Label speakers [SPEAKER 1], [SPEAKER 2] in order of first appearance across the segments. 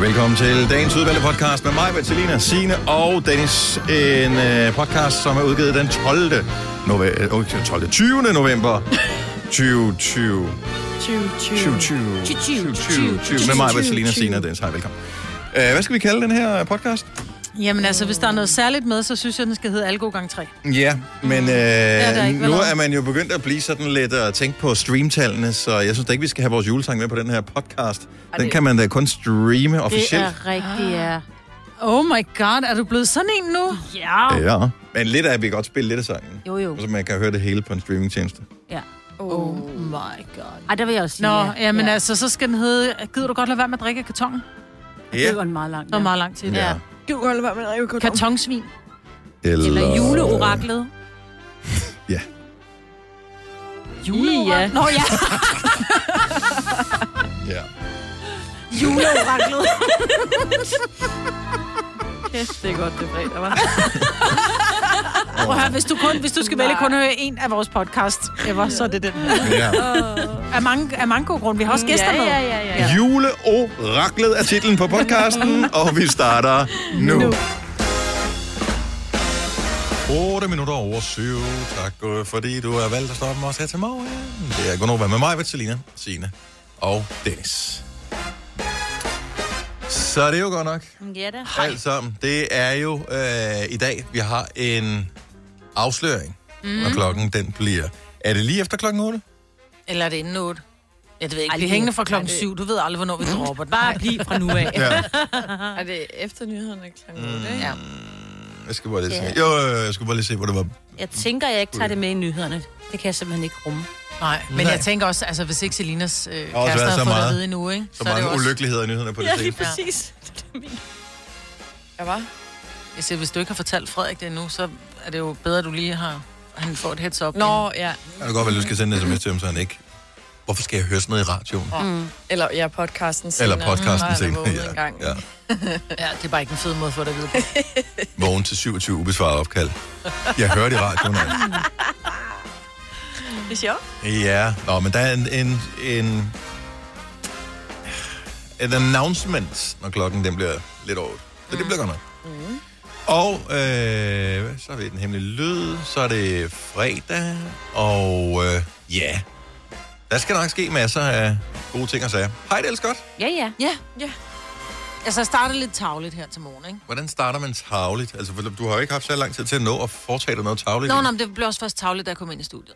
[SPEAKER 1] Velkommen til dagens udvalgte podcast med mig, Bertilina, Signe og Dennis. En øh, podcast, som er udgivet den 12. Nove- øh, 12. 20. november 2020. 2020. 2020. Med mig, Bertilina, Signe og Dennis. Hej, velkommen. Øh, hvad skal vi kalde den her podcast?
[SPEAKER 2] Jamen altså, hvis der er noget særligt med, så synes jeg, den skal hedde Algo gang 3.
[SPEAKER 1] Ja, men øh,
[SPEAKER 2] er
[SPEAKER 1] er
[SPEAKER 2] ikke,
[SPEAKER 1] nu
[SPEAKER 2] hvornår?
[SPEAKER 1] er man jo begyndt at blive sådan lidt og tænke på streamtallene, så jeg synes da ikke, vi skal have vores julesang med på den her podcast. Den kan man da kun streame officielt.
[SPEAKER 3] Det er rigtigt, ja.
[SPEAKER 2] Oh my god, er du blevet sådan en nu?
[SPEAKER 3] Ja.
[SPEAKER 1] Ja, men lidt af, vi kan godt spille lidt af sangen.
[SPEAKER 3] Jo, jo.
[SPEAKER 1] Så man kan høre det hele på en streamingtjeneste.
[SPEAKER 3] Ja.
[SPEAKER 2] Oh my god.
[SPEAKER 3] Ej, der vil jeg også sige,
[SPEAKER 2] Nå,
[SPEAKER 3] ja.
[SPEAKER 2] jamen
[SPEAKER 3] ja.
[SPEAKER 2] altså, så skal den hedde, gider du godt lade være med at drikke af kartongen?
[SPEAKER 3] Det
[SPEAKER 2] Det
[SPEAKER 1] Ja.
[SPEAKER 3] var en meget lang.
[SPEAKER 2] var
[SPEAKER 3] ja.
[SPEAKER 2] meget lang tid.
[SPEAKER 1] ja.
[SPEAKER 4] Du kan holde være med Rikke Karton.
[SPEAKER 2] Kartonsvin.
[SPEAKER 3] Eller juleoraklet.
[SPEAKER 1] Ja.
[SPEAKER 3] Juleoraklet?
[SPEAKER 2] Nå ja,
[SPEAKER 1] ja.
[SPEAKER 3] Juleoraklet.
[SPEAKER 4] Kæft, det er godt, det er fredag, var.
[SPEAKER 2] prøv at høre, hvis du, kun, hvis du skal vælge kun at høre en af vores podcast ever, så er det den her.
[SPEAKER 1] ja.
[SPEAKER 2] Af mange, af mange gode grunde. Vi har også gæster med.
[SPEAKER 3] Mm, ja, ja, ja, ja.
[SPEAKER 1] Juleoraklet er titlen på podcasten, og vi starter nu. nu. 8 minutter over 7. Tak, øh, fordi du har valgt at stoppe med os her til morgen. Det er Gunnova med mig, Vitalina, Signe og Dennis. Så er det jo godt nok.
[SPEAKER 3] Ja, da.
[SPEAKER 1] Alt sammen. Det er jo øh, i dag, vi har en afsløring, mm. når klokken den bliver. Er det lige efter klokken 8?
[SPEAKER 2] Eller er det inden 8? Jeg ved ikke,
[SPEAKER 3] Ej,
[SPEAKER 2] vi er
[SPEAKER 3] det- Mm.
[SPEAKER 2] hængende fra klokken
[SPEAKER 4] ej, det-
[SPEAKER 2] 7. Du ved aldrig, hvornår vi dropper den.
[SPEAKER 3] Bare bliv fra nu af.
[SPEAKER 1] Ja.
[SPEAKER 4] Er det efter nyhederne kl. 8,
[SPEAKER 1] Mm.
[SPEAKER 4] ikke?
[SPEAKER 2] Ja.
[SPEAKER 1] Jeg skal bare lige se.
[SPEAKER 3] Ja.
[SPEAKER 1] Jo, jo, jo, jeg skal bare lige se, hvor det var.
[SPEAKER 3] Jeg tænker, jeg ikke tager det med i nyhederne. Det kan jeg simpelthen ikke rumme.
[SPEAKER 2] Nej, men
[SPEAKER 1] Nej.
[SPEAKER 2] jeg tænker også, altså hvis ikke Selinas øh, kæreste har
[SPEAKER 1] været så
[SPEAKER 2] fået det at
[SPEAKER 1] meget-
[SPEAKER 2] vide endnu, ikke?
[SPEAKER 1] Så, så
[SPEAKER 2] er det
[SPEAKER 1] mange
[SPEAKER 2] jo også-
[SPEAKER 1] ulykkeligheder i nyhederne på det ja,
[SPEAKER 4] præcis. Ja, var.
[SPEAKER 2] Jeg siger, hvis du ikke har fortalt Frederik det endnu, så er det jo bedre, at du lige har... Han får et heads up. inden.
[SPEAKER 4] Nå, ja.
[SPEAKER 1] Jeg kan godt være, at du skal sende en sms til ham, så han ikke... Hvorfor skal jeg høre sådan noget i radioen?
[SPEAKER 4] Mm.
[SPEAKER 2] Mm.
[SPEAKER 4] Eller ja, podcasten senere.
[SPEAKER 1] Eller podcasten senere.
[SPEAKER 4] Ja,
[SPEAKER 1] Ja, ja.
[SPEAKER 2] Ja, det er bare ikke en fed måde at få det at vide på.
[SPEAKER 1] Vågen til 27 ubesvarede opkald. Jeg hører det i radioen. altså.
[SPEAKER 4] Det er sjovt.
[SPEAKER 1] Ja, Nå, men der er en, en, en et announcement, når klokken den bliver lidt over. otte. Så det bliver godt nok. Og øh, hvad, så er vi den hemmelige lyd, så er det fredag, og øh, ja, der skal nok ske masser af gode ting og sager. Hej, det er godt.
[SPEAKER 3] Ja, ja.
[SPEAKER 2] Ja,
[SPEAKER 4] ja.
[SPEAKER 2] Altså, jeg startede lidt tavligt her til morgen, ikke?
[SPEAKER 1] Hvordan starter man tavligt? Altså, for du har jo ikke haft så lang tid til at nå at foretage dig noget tavligt.
[SPEAKER 2] Nå, nå, men det blev også først tavligt, da jeg kom ind i studiet.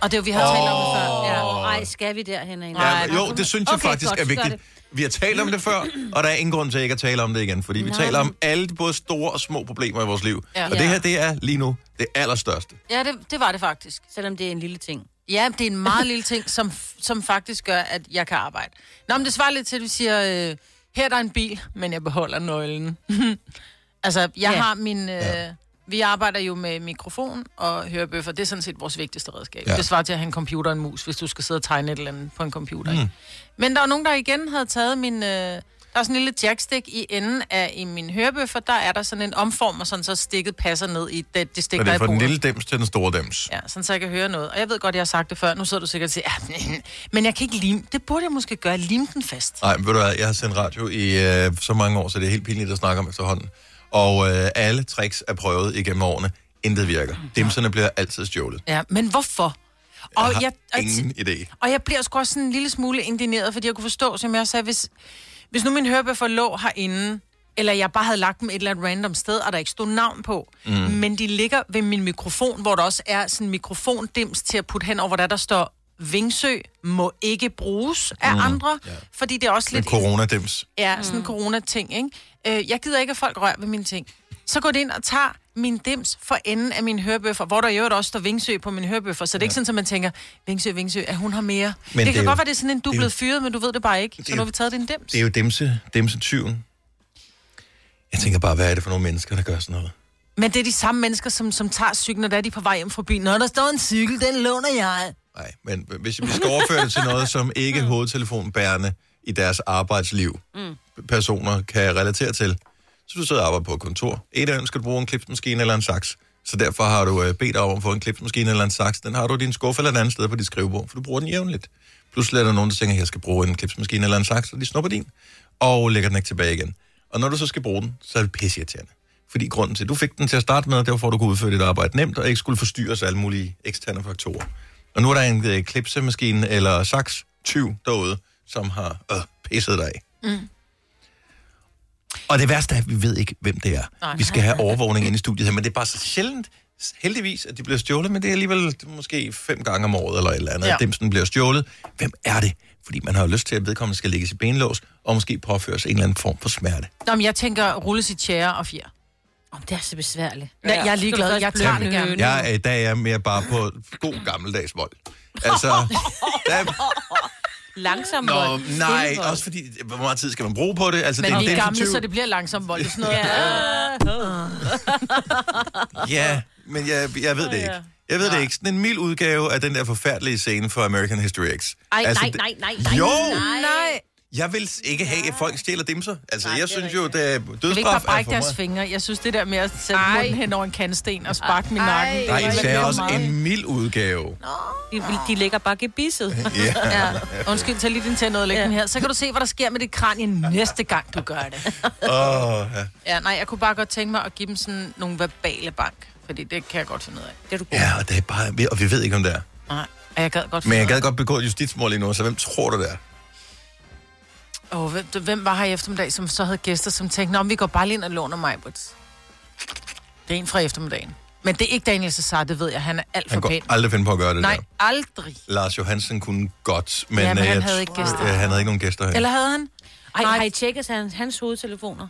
[SPEAKER 2] Og det er jo, vi har
[SPEAKER 1] Åh.
[SPEAKER 2] talt om det før. Ja.
[SPEAKER 1] Åh.
[SPEAKER 3] Ej, skal vi derhen?
[SPEAKER 2] Nej,
[SPEAKER 1] Ja, jo, det synes jeg
[SPEAKER 3] Okay,
[SPEAKER 1] faktisk
[SPEAKER 3] godt,
[SPEAKER 1] er
[SPEAKER 3] så
[SPEAKER 1] vigtigt. Vi har talt om det før, og der er ingen grund til ikke at tale om det igen, fordi vi
[SPEAKER 3] Nej.
[SPEAKER 1] taler om alle de både store og små problemer i vores liv.
[SPEAKER 2] Ja.
[SPEAKER 1] Og det her, det er lige nu det allerstørste.
[SPEAKER 2] Ja, det, det var det faktisk.
[SPEAKER 3] Selvom det er en lille ting.
[SPEAKER 2] Ja, det er en meget lille ting, som, som faktisk gør, at jeg kan arbejde. Nå, men det svarer lidt til, at du siger, øh, her er der en bil, men jeg beholder nøglen. altså, jeg ja.
[SPEAKER 3] Ja.
[SPEAKER 2] har min... Øh, ja. Vi arbejder jo med mikrofon og hørebøffer. Det er sådan set vores vigtigste redskab.
[SPEAKER 1] Ja.
[SPEAKER 2] Ja. Det svarer til at have en computer og en mus, hvis du skal sidde og tegne et eller andet på en computer. Mm. Ikke? Men der var nogen, der igen havde taget min... Øh, der er sådan en lille jackstick i enden af i min hørebøffer. Der er der sådan en omformer, sådan så stikket passer ned i det, det stik, der
[SPEAKER 1] Så det
[SPEAKER 2] er
[SPEAKER 1] er
[SPEAKER 2] i
[SPEAKER 1] fra den
[SPEAKER 2] bordet.
[SPEAKER 1] lille dems til den store dems.
[SPEAKER 2] Ja, sådan så jeg kan høre noget. Og jeg ved godt, jeg har sagt det før. Nu sidder du sikkert og siger, ja, men, men jeg kan ikke lime. Det burde jeg måske gøre. Lime den fast.
[SPEAKER 1] Nej, men ved du hvad, jeg har sendt radio i øh, så mange år, så det er helt pinligt at snakke om efterhånden. Og øh, alle tricks er prøvet igennem årene. Intet virker. Dimserne bliver altid stjålet.
[SPEAKER 2] Ja, men hvorfor? Og
[SPEAKER 1] Jeg
[SPEAKER 2] jeg,
[SPEAKER 1] har
[SPEAKER 2] og,
[SPEAKER 1] ingen idé.
[SPEAKER 2] og jeg bliver sgu også sådan en lille smule indigneret, fordi jeg kunne forstå, som jeg også sagde, hvis, hvis nu min hørebøffer lå herinde, eller jeg bare havde lagt dem et eller andet random sted, og der ikke stod navn på, mm. men de ligger ved min mikrofon, hvor der også er sådan en mikrofondims til at putte hen over, hvor der, der står, Vingsø må ikke bruges af mm. andre, ja. fordi det er også
[SPEAKER 1] Men
[SPEAKER 2] lidt...
[SPEAKER 1] corona-dims.
[SPEAKER 2] Ja, sådan en
[SPEAKER 3] Mm.
[SPEAKER 2] corona-ting, ikke? Øh, jeg gider ikke, at folk rører ved mine ting. Så går det ind og tager min dims for enden af min hørbøffer, hvor der i øvrigt også står Vingsø på min hørbøffer, så det er ikke sådan, at man tænker, Vingsø, Vingsø, at hun har mere. Men det,
[SPEAKER 1] det
[SPEAKER 2] kan
[SPEAKER 1] er
[SPEAKER 2] godt
[SPEAKER 1] jo-
[SPEAKER 2] være, det er sådan en, du er
[SPEAKER 1] det er
[SPEAKER 2] blevet fyret, men du ved det bare ikke, så
[SPEAKER 1] er
[SPEAKER 2] nu
[SPEAKER 1] jo-
[SPEAKER 2] har vi taget din dims.
[SPEAKER 1] Det er jo dimse, dimse-tyven. Jeg tænker bare, hvad er det for nogle mennesker, der gør sådan noget?
[SPEAKER 2] Men det er de samme mennesker, som, som tager cyklen, og der er de på vej hjem fra byen. Når der står en cykel, den låner jeg.
[SPEAKER 1] Nej, men hvis vi skal overføre det til noget, som ikke hovedtelefonbærende i deres arbejdsliv personer kan relatere til. Så du sidder og arbejder på et kontor. Et af dem skal du bruge en klipsmaskine eller en saks. Så derfor har du øh, bedt om at få en klipsmaskine eller en saks. Den har du i din skuffe eller et andet sted på dit skrivebord, for du bruger den jævnligt. Pludselig er der nogen, der tænker, at jeg skal bruge en klipsmaskine eller en saks, og de snupper din, og lægger den ikke tilbage igen. Og når du så skal bruge den, så er det pisseirriterende. Fordi grunden til, at du fik den til at starte med, det var for, at du kunne udføre dit arbejde nemt, og ikke skulle forstyrres af alle mulige eksterne faktorer. Og nu er der en øh, klipsemaskine eller saks 20 derude, som har øh, pisset dig af. Og det værste er, at vi ved ikke, hvem det er. Nej,
[SPEAKER 2] Nej.
[SPEAKER 1] vi skal have overvågning inde i studiet her, men det er bare så sjældent, heldigvis, at de bliver stjålet, men det er alligevel måske fem gange om året eller et eller andet, ja.
[SPEAKER 2] Ja.
[SPEAKER 1] at dimsen bliver stjålet. Hvem er det? Fordi man har jo lyst til, at vedkommende skal lægges i benlås, og måske påføres en eller anden form for smerte.
[SPEAKER 2] Nå, men jeg tænker rulles i tjære og fjer.
[SPEAKER 3] Om det er så besværligt.
[SPEAKER 2] Ja, jeg er ligeglad. Jeg tager det gerne.
[SPEAKER 1] Jeg øh, er i dag er mere bare på god gammeldags vold. Altså, der,
[SPEAKER 3] Langsomt.
[SPEAKER 1] nå, nej, også fordi, hvor meget tid skal man bruge på det? Altså,
[SPEAKER 2] Men
[SPEAKER 1] det
[SPEAKER 2] vi er gamle,
[SPEAKER 1] definitivt-
[SPEAKER 2] så det bliver langsom vold. Det er sådan noget.
[SPEAKER 1] Ja, men jeg, jeg ved det ikke. Jeg ved det ikke. Sådan en mild udgave af den der forfærdelige scene fra American History X.
[SPEAKER 3] Ej,
[SPEAKER 1] Altså,
[SPEAKER 3] nej,
[SPEAKER 1] det-
[SPEAKER 3] nej, nej, nej.
[SPEAKER 1] Jo!
[SPEAKER 3] Nej.
[SPEAKER 2] Nej.
[SPEAKER 1] Jeg vil ikke have, at folk stjæler dimser. Altså,
[SPEAKER 3] Nej,
[SPEAKER 1] jeg
[SPEAKER 3] det er
[SPEAKER 1] synes jo, at øh,
[SPEAKER 2] Jeg vil ikke bare
[SPEAKER 1] dødsstraf er
[SPEAKER 2] brække
[SPEAKER 1] for
[SPEAKER 2] deres
[SPEAKER 1] meget.
[SPEAKER 2] fingre. Jeg synes, det der med at sætte
[SPEAKER 4] Ej.
[SPEAKER 2] munden hen over en kandsten og sparke min
[SPEAKER 4] Ej.
[SPEAKER 2] nakken.
[SPEAKER 4] Nej,
[SPEAKER 1] Nej,
[SPEAKER 2] det
[SPEAKER 1] især
[SPEAKER 2] bliver
[SPEAKER 1] også
[SPEAKER 2] meget.
[SPEAKER 1] en mild udgave.
[SPEAKER 3] De, de ligger bare gebisset.
[SPEAKER 1] Ja.
[SPEAKER 2] Ja. Undskyld, tag lige din tænder og læg den her. Så kan du se, hvad der sker med dit kranie næste gang, du gør det.
[SPEAKER 1] Åh, ja.
[SPEAKER 2] Ja, nej, jeg kunne bare godt tænke mig at give dem sådan nogle verbale bank. Fordi det kan jeg godt finde ud af.
[SPEAKER 3] Det er du god.
[SPEAKER 1] ja, og det er bare... vi- Og vi ved ikke, om det er.
[SPEAKER 2] Nej, og jeg gad godt
[SPEAKER 1] Men
[SPEAKER 2] finde
[SPEAKER 1] jeg
[SPEAKER 2] ud
[SPEAKER 1] gad godt begå et justitsmål lige nu, så hvem tror du, det er?
[SPEAKER 2] af- Åh, hvem, hvem var her i eftermiddag, som så havde gæster, som tænkte, Nå, men vi går bare lige ind og låner mig, but. Det er en fra eftermiddagen. Men det er ikke Daniel Cesar, det ved jeg. Han er alt for
[SPEAKER 1] Han
[SPEAKER 2] pæn.
[SPEAKER 1] kunne aldrig finde på at gøre det
[SPEAKER 2] Nej,
[SPEAKER 1] der.
[SPEAKER 2] aldrig.
[SPEAKER 1] Lars Johansen kunne godt, men,
[SPEAKER 2] Ja, men
[SPEAKER 1] øh,
[SPEAKER 2] han
[SPEAKER 1] jeg
[SPEAKER 2] havde
[SPEAKER 1] tr-
[SPEAKER 2] ikke gæster.
[SPEAKER 1] Ja, han havde ikke nogen gæster her.
[SPEAKER 2] Eller havde han?
[SPEAKER 3] Ej,
[SPEAKER 2] Nej.
[SPEAKER 3] har I tjekket hans, hans hovedtelefoner?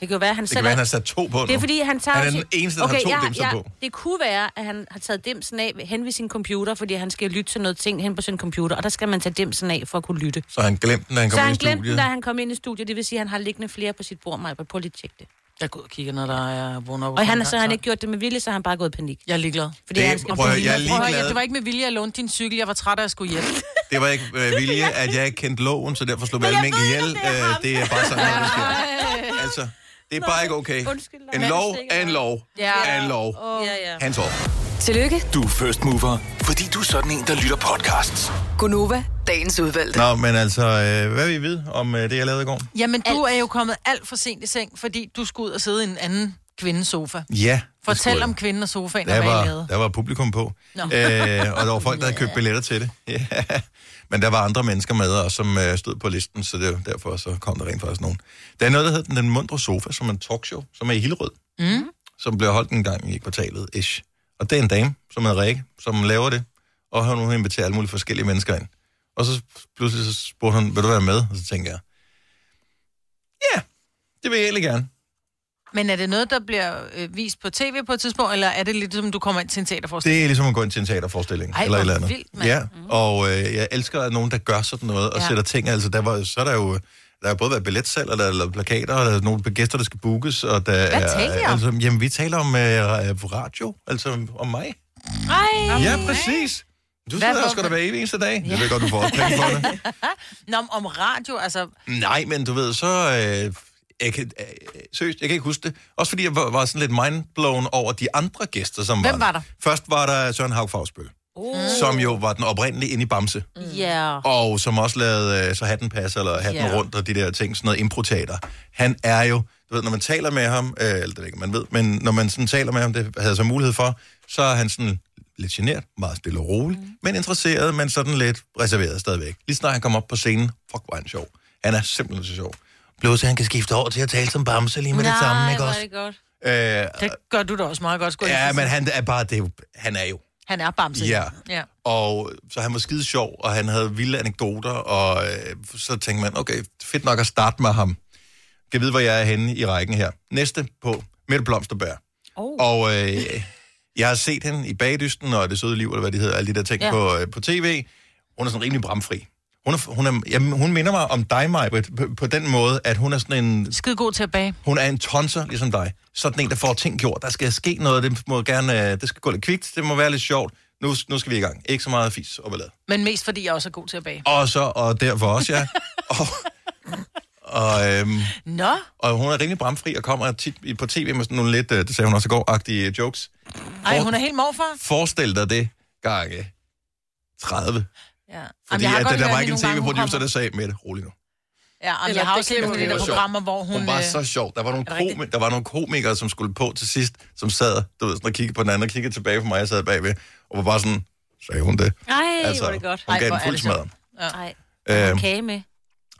[SPEAKER 3] Det kan jo være, han
[SPEAKER 1] Det kan være, han har sat to på nu.
[SPEAKER 3] Det er fordi, han tager...
[SPEAKER 1] Han er
[SPEAKER 3] sin-
[SPEAKER 1] den eneste, der har to dimser på.
[SPEAKER 3] Det kunne være, at han har taget dimsen af hen ved sin computer, fordi han skal lytte til noget ting hen på sin computer, og der skal man tage dimsen af for at kunne lytte.
[SPEAKER 1] Så han glemte den, da han kom
[SPEAKER 3] så
[SPEAKER 1] ind
[SPEAKER 3] han
[SPEAKER 1] i
[SPEAKER 3] glemte den,
[SPEAKER 1] studiet.
[SPEAKER 3] da han kom ind i studiet. Det vil sige, at han har liggende flere på sit bord, Maja. Prøv lige at tjekke det.
[SPEAKER 2] Jeg går ud og kigger, når der er vågnet op.
[SPEAKER 3] Og han, så har han ikke gjort det med vilje, så har han bare gået i panik.
[SPEAKER 2] Jeg er ligeglad.
[SPEAKER 3] Fordi
[SPEAKER 1] Det-
[SPEAKER 3] han skal
[SPEAKER 1] prøv at høre, jeg
[SPEAKER 2] Prøv,
[SPEAKER 1] er
[SPEAKER 2] at høre,
[SPEAKER 1] Ligeglad.
[SPEAKER 2] ja, det var ikke med vilje, jeg lånte din cykel. Jeg var træt af, at jeg skulle hjem.
[SPEAKER 1] Det var ikke øh, vilje, at jeg ikke kendte loven, så derfor slog vi alle mink ihjel. Øh, det er bare sådan, noget, det sker. Altså, det er bare ikke okay.
[SPEAKER 3] undskyld, Lars.
[SPEAKER 1] En lov er en lov
[SPEAKER 2] Ja.
[SPEAKER 1] er en lov.
[SPEAKER 3] Ja, ja.
[SPEAKER 1] Hands off.
[SPEAKER 5] Tillykke,
[SPEAKER 6] Du er first mover, fordi du er sådan en, der lytter podcasts.
[SPEAKER 5] Gunova, dagens udvalgte.
[SPEAKER 1] Nå, men altså, øh, hvad vi ved om øh, det, jeg lavede i går?
[SPEAKER 2] Jamen, du er jo kommet alt for sent i seng, fordi du skulle ud og sidde i en anden kvindes sofa.
[SPEAKER 1] Ja. det skulle
[SPEAKER 2] Fortæl
[SPEAKER 1] jeg.
[SPEAKER 2] om kvinden og sofaen, og
[SPEAKER 1] der
[SPEAKER 2] hvad I
[SPEAKER 1] var,
[SPEAKER 2] lavede.
[SPEAKER 1] der var publikum på, øh, og der var folk, der havde købt billetter til det. Ja. Men der var andre mennesker med, og som øh, stod på listen, så det var derfor så kom der rent faktisk nogen. Der er noget, der hedder Den Mundre Sofa, som er en talkshow, som er i Hillerød, mm. som blev holdt en gang i kvartalet, ish. Og det er en dame, som hedder Rikke, som laver det, og hun har inviteret alle mulige forskellige mennesker ind. Og så pludselig så spurgte hun, vil du være med? Og så tænker jeg, ja, det vil jeg egentlig gerne.
[SPEAKER 2] Men er det noget, der bliver øh, vist på tv på et tidspunkt, eller er det lidt som, du kommer ind til en teaterforestilling?
[SPEAKER 1] Det er ligesom at gå ind til en teaterforestilling.
[SPEAKER 2] Ej,
[SPEAKER 1] eller et
[SPEAKER 2] hvor
[SPEAKER 1] eller andet.
[SPEAKER 2] vildt, mand. Mhm.
[SPEAKER 1] Ja, og øh, jeg elsker at nogen, der gør sådan noget, og ja.
[SPEAKER 2] Ja.
[SPEAKER 1] sætter ting. Altså, der var, så er der jo der har både været billetsalg, og der er plakater, og der er nogle gæster, der skal bookes. Og der Hvad er,
[SPEAKER 2] taler I om?
[SPEAKER 1] Altså, jamen, vi taler om øh, radio, altså om mig. Ej. Ja, præcis. Du sidder der
[SPEAKER 2] hvorfor?
[SPEAKER 1] sgu da hver evig eneste dag. Ja. Jeg ved godt, du får også penge for det.
[SPEAKER 2] Nå, om- om radio, altså...
[SPEAKER 1] Nej, men du ved, så... Øh, jeg kan, øh, seriøst, jeg kan ikke huske det. Også fordi jeg var, var sådan lidt mindblown over de andre gæster, som
[SPEAKER 2] Hvem
[SPEAKER 1] var,
[SPEAKER 2] var der?
[SPEAKER 1] Først var der Søren Haug Fagsbøl
[SPEAKER 2] Mm.
[SPEAKER 1] som jo var den oprindelige inde i Bamse,
[SPEAKER 3] Ja.
[SPEAKER 1] og som også lavede øh, så hatten passer, eller hatten yeah.
[SPEAKER 3] Ja.
[SPEAKER 1] rundt, og de der ting, sådan noget improteater. Han er jo, du ved, når man taler med ham, øh, eller det ved jeg ikke, man ved, men når man sådan taler med ham, det havde jeg så mulighed for, så er han sådan lidt genert, meget stille og rolig, mm. men interesseret, men sådan lidt reserveret stadigvæk. Lige snart han kom op på scenen, fuck, hvor er han sjov. Han er simpelthen så sjov. Blodet, han kan skifte over til at tale som Bamse lige med Nej, det samme, ikke
[SPEAKER 3] hvor
[SPEAKER 1] også?
[SPEAKER 3] er det godt.
[SPEAKER 1] Øh,
[SPEAKER 2] Det gør du da også meget godt, skulle jeg
[SPEAKER 1] ja,
[SPEAKER 2] lige sige.
[SPEAKER 1] men han er bare, det er jo, han er jo
[SPEAKER 2] Han er bamse.
[SPEAKER 1] Ja.
[SPEAKER 2] ja.
[SPEAKER 1] og så han var skide sjov, og han havde vilde anekdoter, og øh, så tænkte man, okay, fedt nok at starte med ham. Kan vide, hvor jeg er henne i rækken her. Næste på Mette Blomsterbær.
[SPEAKER 3] Oh.
[SPEAKER 1] Og øh, jeg har set hende i Bagdysten og Det Søde Liv, eller hvad det hedder, alle de der ting ja.
[SPEAKER 2] Ja.
[SPEAKER 1] på, øh, på tv. Hun er sådan rimelig bramfri. Hun, er, hun, er, jamen, hun minder mig om dig, Majbrit, på, på den måde, at hun er sådan en
[SPEAKER 2] Skide god til at bage.
[SPEAKER 1] hun er en tonser, ligesom dig. Sådan en, der får ting gjort. Der skal ske noget, det, må gerne, øh, det skal gå lidt kvikt, det må være lidt sjovt. Nu, nu skal vi i gang. Ikke så meget fis og ballade.
[SPEAKER 2] Men mest fordi jeg også er god til at bage.
[SPEAKER 1] Og så, og derfor også, ja. og, og, øhm,
[SPEAKER 2] Nå,
[SPEAKER 1] og hun er rimelig bramfri og kommer tit i- på tv med sådan nogle lidt, øh, det sagde hun også i går, agtige øh, jokes.
[SPEAKER 2] ej, hun er helt morfar.
[SPEAKER 1] Forestil dig det gange 30.
[SPEAKER 2] Ja.
[SPEAKER 1] Fordi
[SPEAKER 2] jeg har
[SPEAKER 1] at,
[SPEAKER 2] godt
[SPEAKER 1] der, der
[SPEAKER 2] hørt
[SPEAKER 1] var
[SPEAKER 2] hende
[SPEAKER 1] ikke en
[SPEAKER 2] nogle gange, hun
[SPEAKER 1] tv-producer,
[SPEAKER 2] kommer-
[SPEAKER 1] der sagde, Mette, rolig nu.
[SPEAKER 2] Ja, jamen,
[SPEAKER 4] Eller
[SPEAKER 2] jeg har
[SPEAKER 4] det
[SPEAKER 2] også set
[SPEAKER 4] glemmer
[SPEAKER 2] nogle
[SPEAKER 4] vi.
[SPEAKER 2] af de der
[SPEAKER 1] Det var
[SPEAKER 2] programmer, hvor hun...
[SPEAKER 1] Hun var
[SPEAKER 2] øh,
[SPEAKER 1] så sjov. Der var, nogle
[SPEAKER 2] er det
[SPEAKER 1] kom- der var nogle komikere, som skulle på til sidst, som sad, du ved, sådan, og kiggede på den anden, og kiggede tilbage på mig, jeg sad bagved, og var bare sådan, sagde hun det?
[SPEAKER 3] Ej, altså, hvor er det godt.
[SPEAKER 1] Hun
[SPEAKER 2] Ej,
[SPEAKER 1] gav
[SPEAKER 2] hvor
[SPEAKER 1] den
[SPEAKER 2] er
[SPEAKER 1] fuld
[SPEAKER 2] det sjovt.
[SPEAKER 1] smadret.
[SPEAKER 3] Ej,
[SPEAKER 1] Øhm,
[SPEAKER 3] kage med,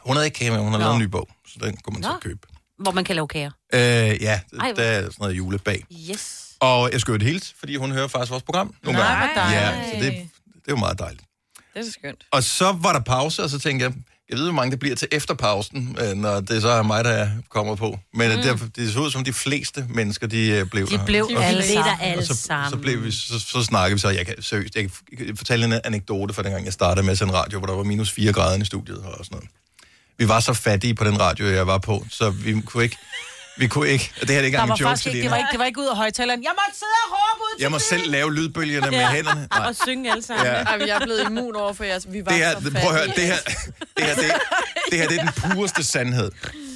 [SPEAKER 1] hun havde ikke kage med, hun havde
[SPEAKER 3] Nå.
[SPEAKER 1] lavet en ny bog, så den kunne man så
[SPEAKER 3] Nå.
[SPEAKER 1] købe.
[SPEAKER 3] hvor man kan lave kager.
[SPEAKER 1] Øh, ja,
[SPEAKER 3] Ej,
[SPEAKER 1] der er sådan noget julebag.
[SPEAKER 3] Yes.
[SPEAKER 1] Og jeg skal jo et helt, fordi hun hører faktisk vores program nogle
[SPEAKER 2] Nej,
[SPEAKER 1] gange.
[SPEAKER 2] hvor dejligt.
[SPEAKER 1] Ja, så det, det er jo meget dejligt.
[SPEAKER 4] Det er så skønt.
[SPEAKER 1] Og så var der pause, og så tænkte jeg, jeg ved, hvor mange det bliver til efter pausen, øh, når det så er mig, der kommer på. Men mm. det, det så ud som de fleste mennesker, de øh, blev
[SPEAKER 2] De
[SPEAKER 1] her.
[SPEAKER 2] blev
[SPEAKER 4] Og-
[SPEAKER 2] alle
[SPEAKER 3] Alle
[SPEAKER 2] sammen.
[SPEAKER 3] der alle
[SPEAKER 1] Og så,
[SPEAKER 3] sammen.
[SPEAKER 1] så, blev vi, så, så snakkede vi så, jeg kan seriøst, jeg kan fortælle en anekdote fra dengang, jeg startede med at sende radio, hvor der var minus 4 grader inde i studiet og sådan noget. Vi var så fattige på den radio, jeg var på, så vi kunne ikke, vi kunne ikke, og det her er ikke
[SPEAKER 2] Der
[SPEAKER 1] engang
[SPEAKER 2] var
[SPEAKER 1] en joke,
[SPEAKER 2] faktisk ikke, det var ikke, det var ikke ud af højtaleren. Jeg måtte sidde og råbe ud til
[SPEAKER 1] Jeg må selv lave lydbølgerne med hænderne. Nej.
[SPEAKER 3] Og synge alle sammen.
[SPEAKER 1] Ja.
[SPEAKER 4] Ej, men jeg er blevet immun over for jeres. Vi var
[SPEAKER 1] det her,
[SPEAKER 4] så
[SPEAKER 1] prøv at høre,
[SPEAKER 4] fattige.
[SPEAKER 1] det her, det her, det, det her, det er den pureste sandhed.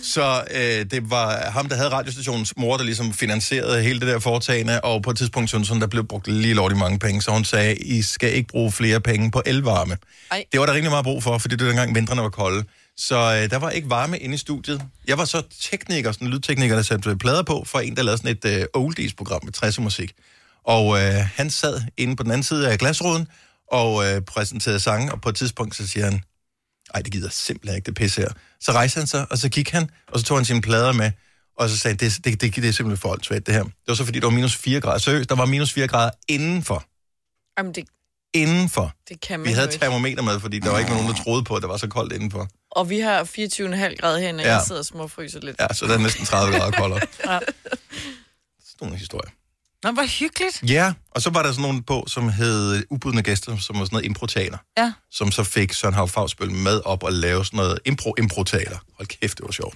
[SPEAKER 1] Så øh, det var ham, der havde radiostationens mor, der ligesom finansierede hele det der foretagende, og på et tidspunkt syntes hun, der blev brugt lige lovligt mange penge, så hun sagde, I skal ikke bruge flere penge på elvarme.
[SPEAKER 4] Ej.
[SPEAKER 1] Det var der rigtig meget brug for, fordi det var dengang vintrene var kolde. Så øh, der var ikke varme inde i studiet. Jeg var så tekniker, sådan en lydtekniker, der satte øh, plader på, for en, der lavede sådan et øh, oldies-program med 60'er musik. Og øh, han sad inde på den anden side af glasruden og øh, præsenterede sange, og på et tidspunkt så siger han, ej, det gider jeg simpelthen ikke, det pisse her. Så rejste han sig, og så gik han, og så tog han sine plader med, og så sagde han, det, det, det, det er simpelthen for åndssvagt, det her. Det var så, fordi der var minus 4 grader. Seriøst, der var minus 4 grader indenfor.
[SPEAKER 4] Jamen, det,
[SPEAKER 1] Indenfor.
[SPEAKER 4] det kan man
[SPEAKER 1] Vi
[SPEAKER 4] jo
[SPEAKER 1] havde
[SPEAKER 4] ikke.
[SPEAKER 1] termometer med, fordi der var ikke nogen, der troede på, at det var så koldt indenfor.
[SPEAKER 4] Og vi har 24,5 grader herinde, og
[SPEAKER 1] Ja.
[SPEAKER 4] jeg sidder og småfryser lidt.
[SPEAKER 1] Ja, så der er næsten 30 grader koldere. ja. Sådan en historie.
[SPEAKER 2] Nå, hvor hyggeligt.
[SPEAKER 1] Ja, og så var der sådan nogen på, som hed Ubudne Gæster, som var sådan noget improtaler,
[SPEAKER 2] Ja.
[SPEAKER 1] som så fik Søren Hav Fagsbøl med op og lave sådan noget impro improtaler. Hold kæft, det var sjovt.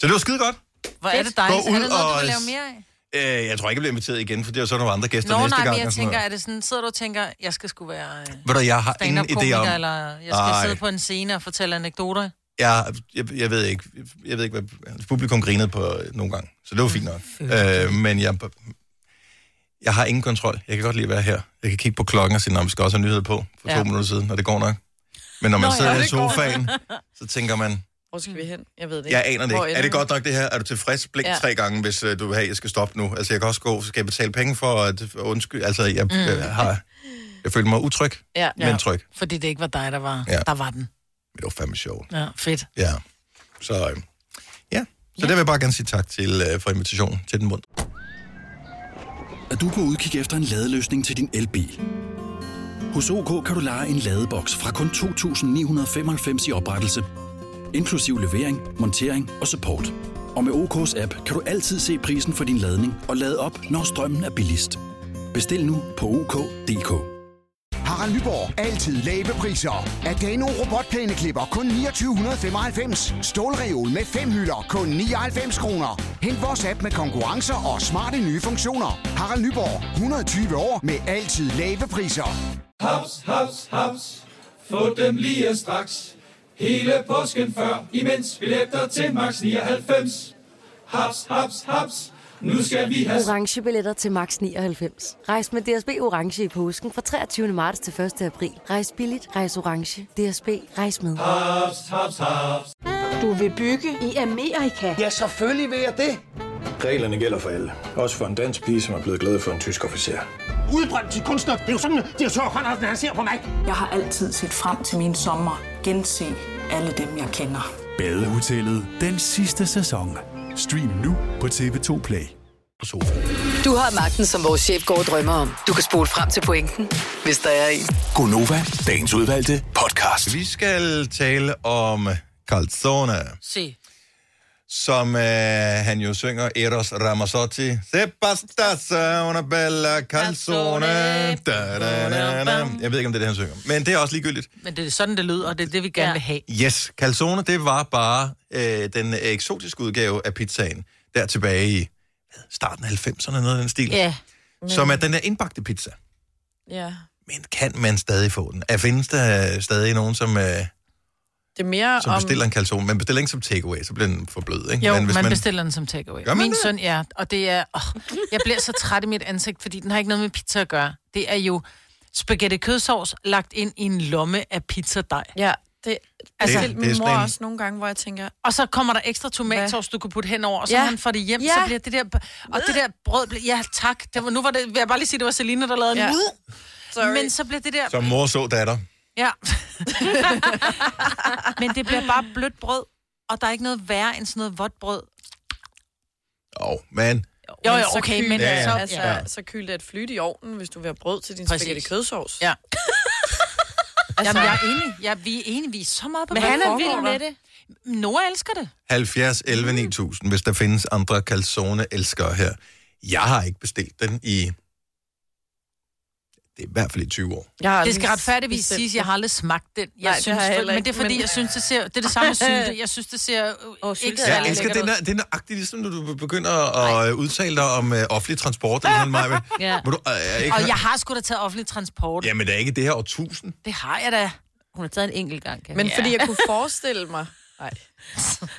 [SPEAKER 1] Så det var skide godt.
[SPEAKER 2] Hvor er det dejligt.
[SPEAKER 1] Gå ud
[SPEAKER 2] er det noget, du
[SPEAKER 1] og-
[SPEAKER 2] vil lave mere af?
[SPEAKER 1] Øh, jeg tror ikke, jeg bliver inviteret igen, for det er jo så nogle andre gæster
[SPEAKER 2] Nå,
[SPEAKER 1] næste
[SPEAKER 2] nej,
[SPEAKER 1] gang.
[SPEAKER 2] men jeg
[SPEAKER 1] og sådan
[SPEAKER 2] tænker,
[SPEAKER 1] noget.
[SPEAKER 2] er det sådan, sidder du og tænker, jeg skal sgu være øh,
[SPEAKER 1] Ved du, jeg har ingen idé
[SPEAKER 2] stand-up-komiker,
[SPEAKER 1] om...
[SPEAKER 2] eller jeg skal
[SPEAKER 1] Ej.
[SPEAKER 2] Ej. sidde på en scene og fortælle anekdoter?
[SPEAKER 1] Jeg, jeg, jeg, ved ikke, jeg ved ikke, hvad altså, publikum grinede på øh, nogle gange, så det var fint nok. Øh, men jeg, jeg har ingen kontrol. Jeg kan godt lide at være her. Jeg kan kigge på klokken og sige, "Nå, vi skal også have nyheder på for ja. to
[SPEAKER 2] Ja.
[SPEAKER 1] minutter siden, og det går nok. Men når man Nå, sidder ja, i sofaen, så tænker man,
[SPEAKER 4] Hvor skal vi
[SPEAKER 2] Hmm.
[SPEAKER 4] hen? Jeg ved det ikke.
[SPEAKER 1] jeg aner det
[SPEAKER 4] Hvor
[SPEAKER 1] ikke. Er
[SPEAKER 4] ender
[SPEAKER 1] det
[SPEAKER 4] vi?
[SPEAKER 1] godt nok det her? Er du tilfreds? Blink ja.
[SPEAKER 4] Ja.
[SPEAKER 1] tre gange, hvis øh, du vil have, at jeg skal stoppe nu. Altså, jeg kan også gå, skal jeg betale penge for at undskyld? Altså, jeg, mm. jeg, har, jeg følte mig utryg,
[SPEAKER 4] Ja.
[SPEAKER 1] ja. men tryg.
[SPEAKER 2] Fordi det ikke var dig, der var,
[SPEAKER 1] Ja.
[SPEAKER 2] ja. der var den.
[SPEAKER 1] Det var fandme sjovt.
[SPEAKER 2] Ja, fedt.
[SPEAKER 1] Ja. Så øh, ja. Så der vil jeg bare gerne sige tak til, øh, for invitationen til den mund.
[SPEAKER 7] at du er på udkig efter en ladeløsning til din elbil. Hos OK kan du lege en ladeboks fra kun 2.995 i oprettelse, inklusiv levering, montering og support. Og med OK's app kan du altid se prisen for din ladning og lade op, når strømmen er billigst. Bestil nu på OK.dk.
[SPEAKER 8] Harald Nyborg. Altid lave priser. Adano robotplæneklipper kun 2995. Stålreol med fem hylder kun 99 kroner. Hent vores app med konkurrencer og smarte nye funktioner. Harald Nyborg. 120 år med altid lave priser.
[SPEAKER 9] Haps, haps, haps. Få dem lige straks. Hele påsken før, imens billetter til max 99. Haps, haps, haps. Nu skal vi have
[SPEAKER 10] Orange billetter til max 99. Rejs med DSB Orange i påsken fra 23. marts til 1. april. Rejs billigt, rejs orange. DSB, rejs med.
[SPEAKER 9] haps, haps, haps.
[SPEAKER 11] Reglerne gælder for alle. Også for en dansk pige, som er blevet glad for en tysk officer.
[SPEAKER 8] Udbrøndt til kunstner. Det er jo sådan, at de har tørt, han ser på mig.
[SPEAKER 10] Jeg har altid set frem til min sommer. Gense alle dem, jeg kender.
[SPEAKER 7] Badehotellet den sidste sæson. Stream nu på TV2 Play.
[SPEAKER 1] På sofaen.
[SPEAKER 5] Du har magten, som vores chef går og drømmer om. Du kan spole frem til pointen, hvis der er en.
[SPEAKER 6] Gonova, dagens udvalgte podcast.
[SPEAKER 1] Vi skal tale om Calzone,
[SPEAKER 2] Se.
[SPEAKER 1] som øh, han jo synger Eros Ramazzotti. Se basta se una bella calzone. Da, da, da, da. Jeg ved ikke, om det er det, han synger. Men det er også ligegyldigt.
[SPEAKER 2] Men det er sådan, det lyder, og det er det, vi gerne ja. vil have.
[SPEAKER 1] Yes, calzone, det var bare øh, den eksotiske udgave af pizzaen, der tilbage i hvad, starten af 90'erne, noget af den stil,
[SPEAKER 2] Ja.
[SPEAKER 1] som er den der indbagte pizza.
[SPEAKER 4] Ja.
[SPEAKER 1] Men kan man stadig få den? Er, findes der stadig nogen, som, øh,
[SPEAKER 4] Det er mere
[SPEAKER 1] som
[SPEAKER 4] om...
[SPEAKER 1] bestiller en calzone? Man bestiller ikke som takeaway, så bliver den for blød, ikke?
[SPEAKER 2] Jo,
[SPEAKER 1] Men
[SPEAKER 2] men
[SPEAKER 1] hvis
[SPEAKER 2] man,
[SPEAKER 1] man-
[SPEAKER 2] man bestiller den som takeaway.
[SPEAKER 1] Gør man
[SPEAKER 2] Min
[SPEAKER 1] det?
[SPEAKER 2] søn er, og det er... Åh, jeg bliver så træt i mit ansigt, fordi den har ikke noget med pizza at gøre. Det er jo spaghetti kødsovs lagt ind i en lomme af pizzadej.
[SPEAKER 4] Ja, det, altså, det,
[SPEAKER 2] det
[SPEAKER 4] min
[SPEAKER 2] er
[SPEAKER 4] mor
[SPEAKER 2] sådan en-
[SPEAKER 4] også nogle gange, hvor jeg tænker...
[SPEAKER 2] Og så kommer der ekstra tomatsovs, du kan putte henover, og så
[SPEAKER 4] Ja.
[SPEAKER 2] ja. han får det hjem, ja.
[SPEAKER 4] Ja.
[SPEAKER 2] så bliver det der... Og det der brød... Blev, ja, tak. Det var, nu var det, vil jeg bare lige sige, det var Selina, der lavede ja.
[SPEAKER 4] Ja.
[SPEAKER 2] en... Men så blev det der...
[SPEAKER 1] Som mor så datter.
[SPEAKER 2] Ja. Men det bliver bare blødt brød, og der er ikke noget værre end sådan noget vådt brød.
[SPEAKER 1] Åh, oh, men...
[SPEAKER 2] Jo, jo,
[SPEAKER 4] Men så
[SPEAKER 2] okay,
[SPEAKER 4] kyl
[SPEAKER 2] men...
[SPEAKER 4] det,
[SPEAKER 1] Ja, ja.
[SPEAKER 4] så, altså,
[SPEAKER 1] Ja.
[SPEAKER 4] så kyl det et flyt i ovnen, hvis du vil have brød til din
[SPEAKER 2] Præcis.
[SPEAKER 4] spaghetti kødsovs.
[SPEAKER 2] Ja.
[SPEAKER 4] altså,
[SPEAKER 2] Jamen, jeg er enig. Jeg, vi er enige. Vi er så meget på
[SPEAKER 4] Men
[SPEAKER 2] hvad
[SPEAKER 4] han er
[SPEAKER 2] foregår
[SPEAKER 4] vild med
[SPEAKER 2] der. Nora elsker det.
[SPEAKER 1] 70, 11, 9000, hvis der findes andre calzone-elskere her. Jeg har ikke bestilt den i... Det er i hvert fald i 20 år.
[SPEAKER 4] Jeg har
[SPEAKER 2] det skal
[SPEAKER 4] aldrig
[SPEAKER 2] retfærdigvis
[SPEAKER 4] bestemt
[SPEAKER 2] siges,
[SPEAKER 4] det.
[SPEAKER 2] jeg har aldrig smagt den. Jeg
[SPEAKER 4] Nej, det
[SPEAKER 2] synes,
[SPEAKER 4] har jeg heller
[SPEAKER 2] men det er
[SPEAKER 4] ikke,
[SPEAKER 2] fordi,
[SPEAKER 4] men-
[SPEAKER 2] jeg synes, det ser... Det er det samme med sylte. Jeg synes, det ser oh, ikke
[SPEAKER 1] Jeg
[SPEAKER 2] særlig
[SPEAKER 1] elsker
[SPEAKER 2] lækkert
[SPEAKER 1] den
[SPEAKER 2] ud.
[SPEAKER 1] der, den der agtigt, ligesom når du begynder at øh, udtale dig om øh, offentlig transport. Eller sådan, Maja.
[SPEAKER 2] Ja.
[SPEAKER 1] Må du, øh, jeg ikke,
[SPEAKER 2] Og jeg har sgu da taget offentlig transport.
[SPEAKER 1] Jamen, det er ikke det her årtusind.
[SPEAKER 2] Det har jeg da.
[SPEAKER 3] Hun har taget en enkelt gang, kan
[SPEAKER 4] Men fordi jeg kunne forestille mig, nej,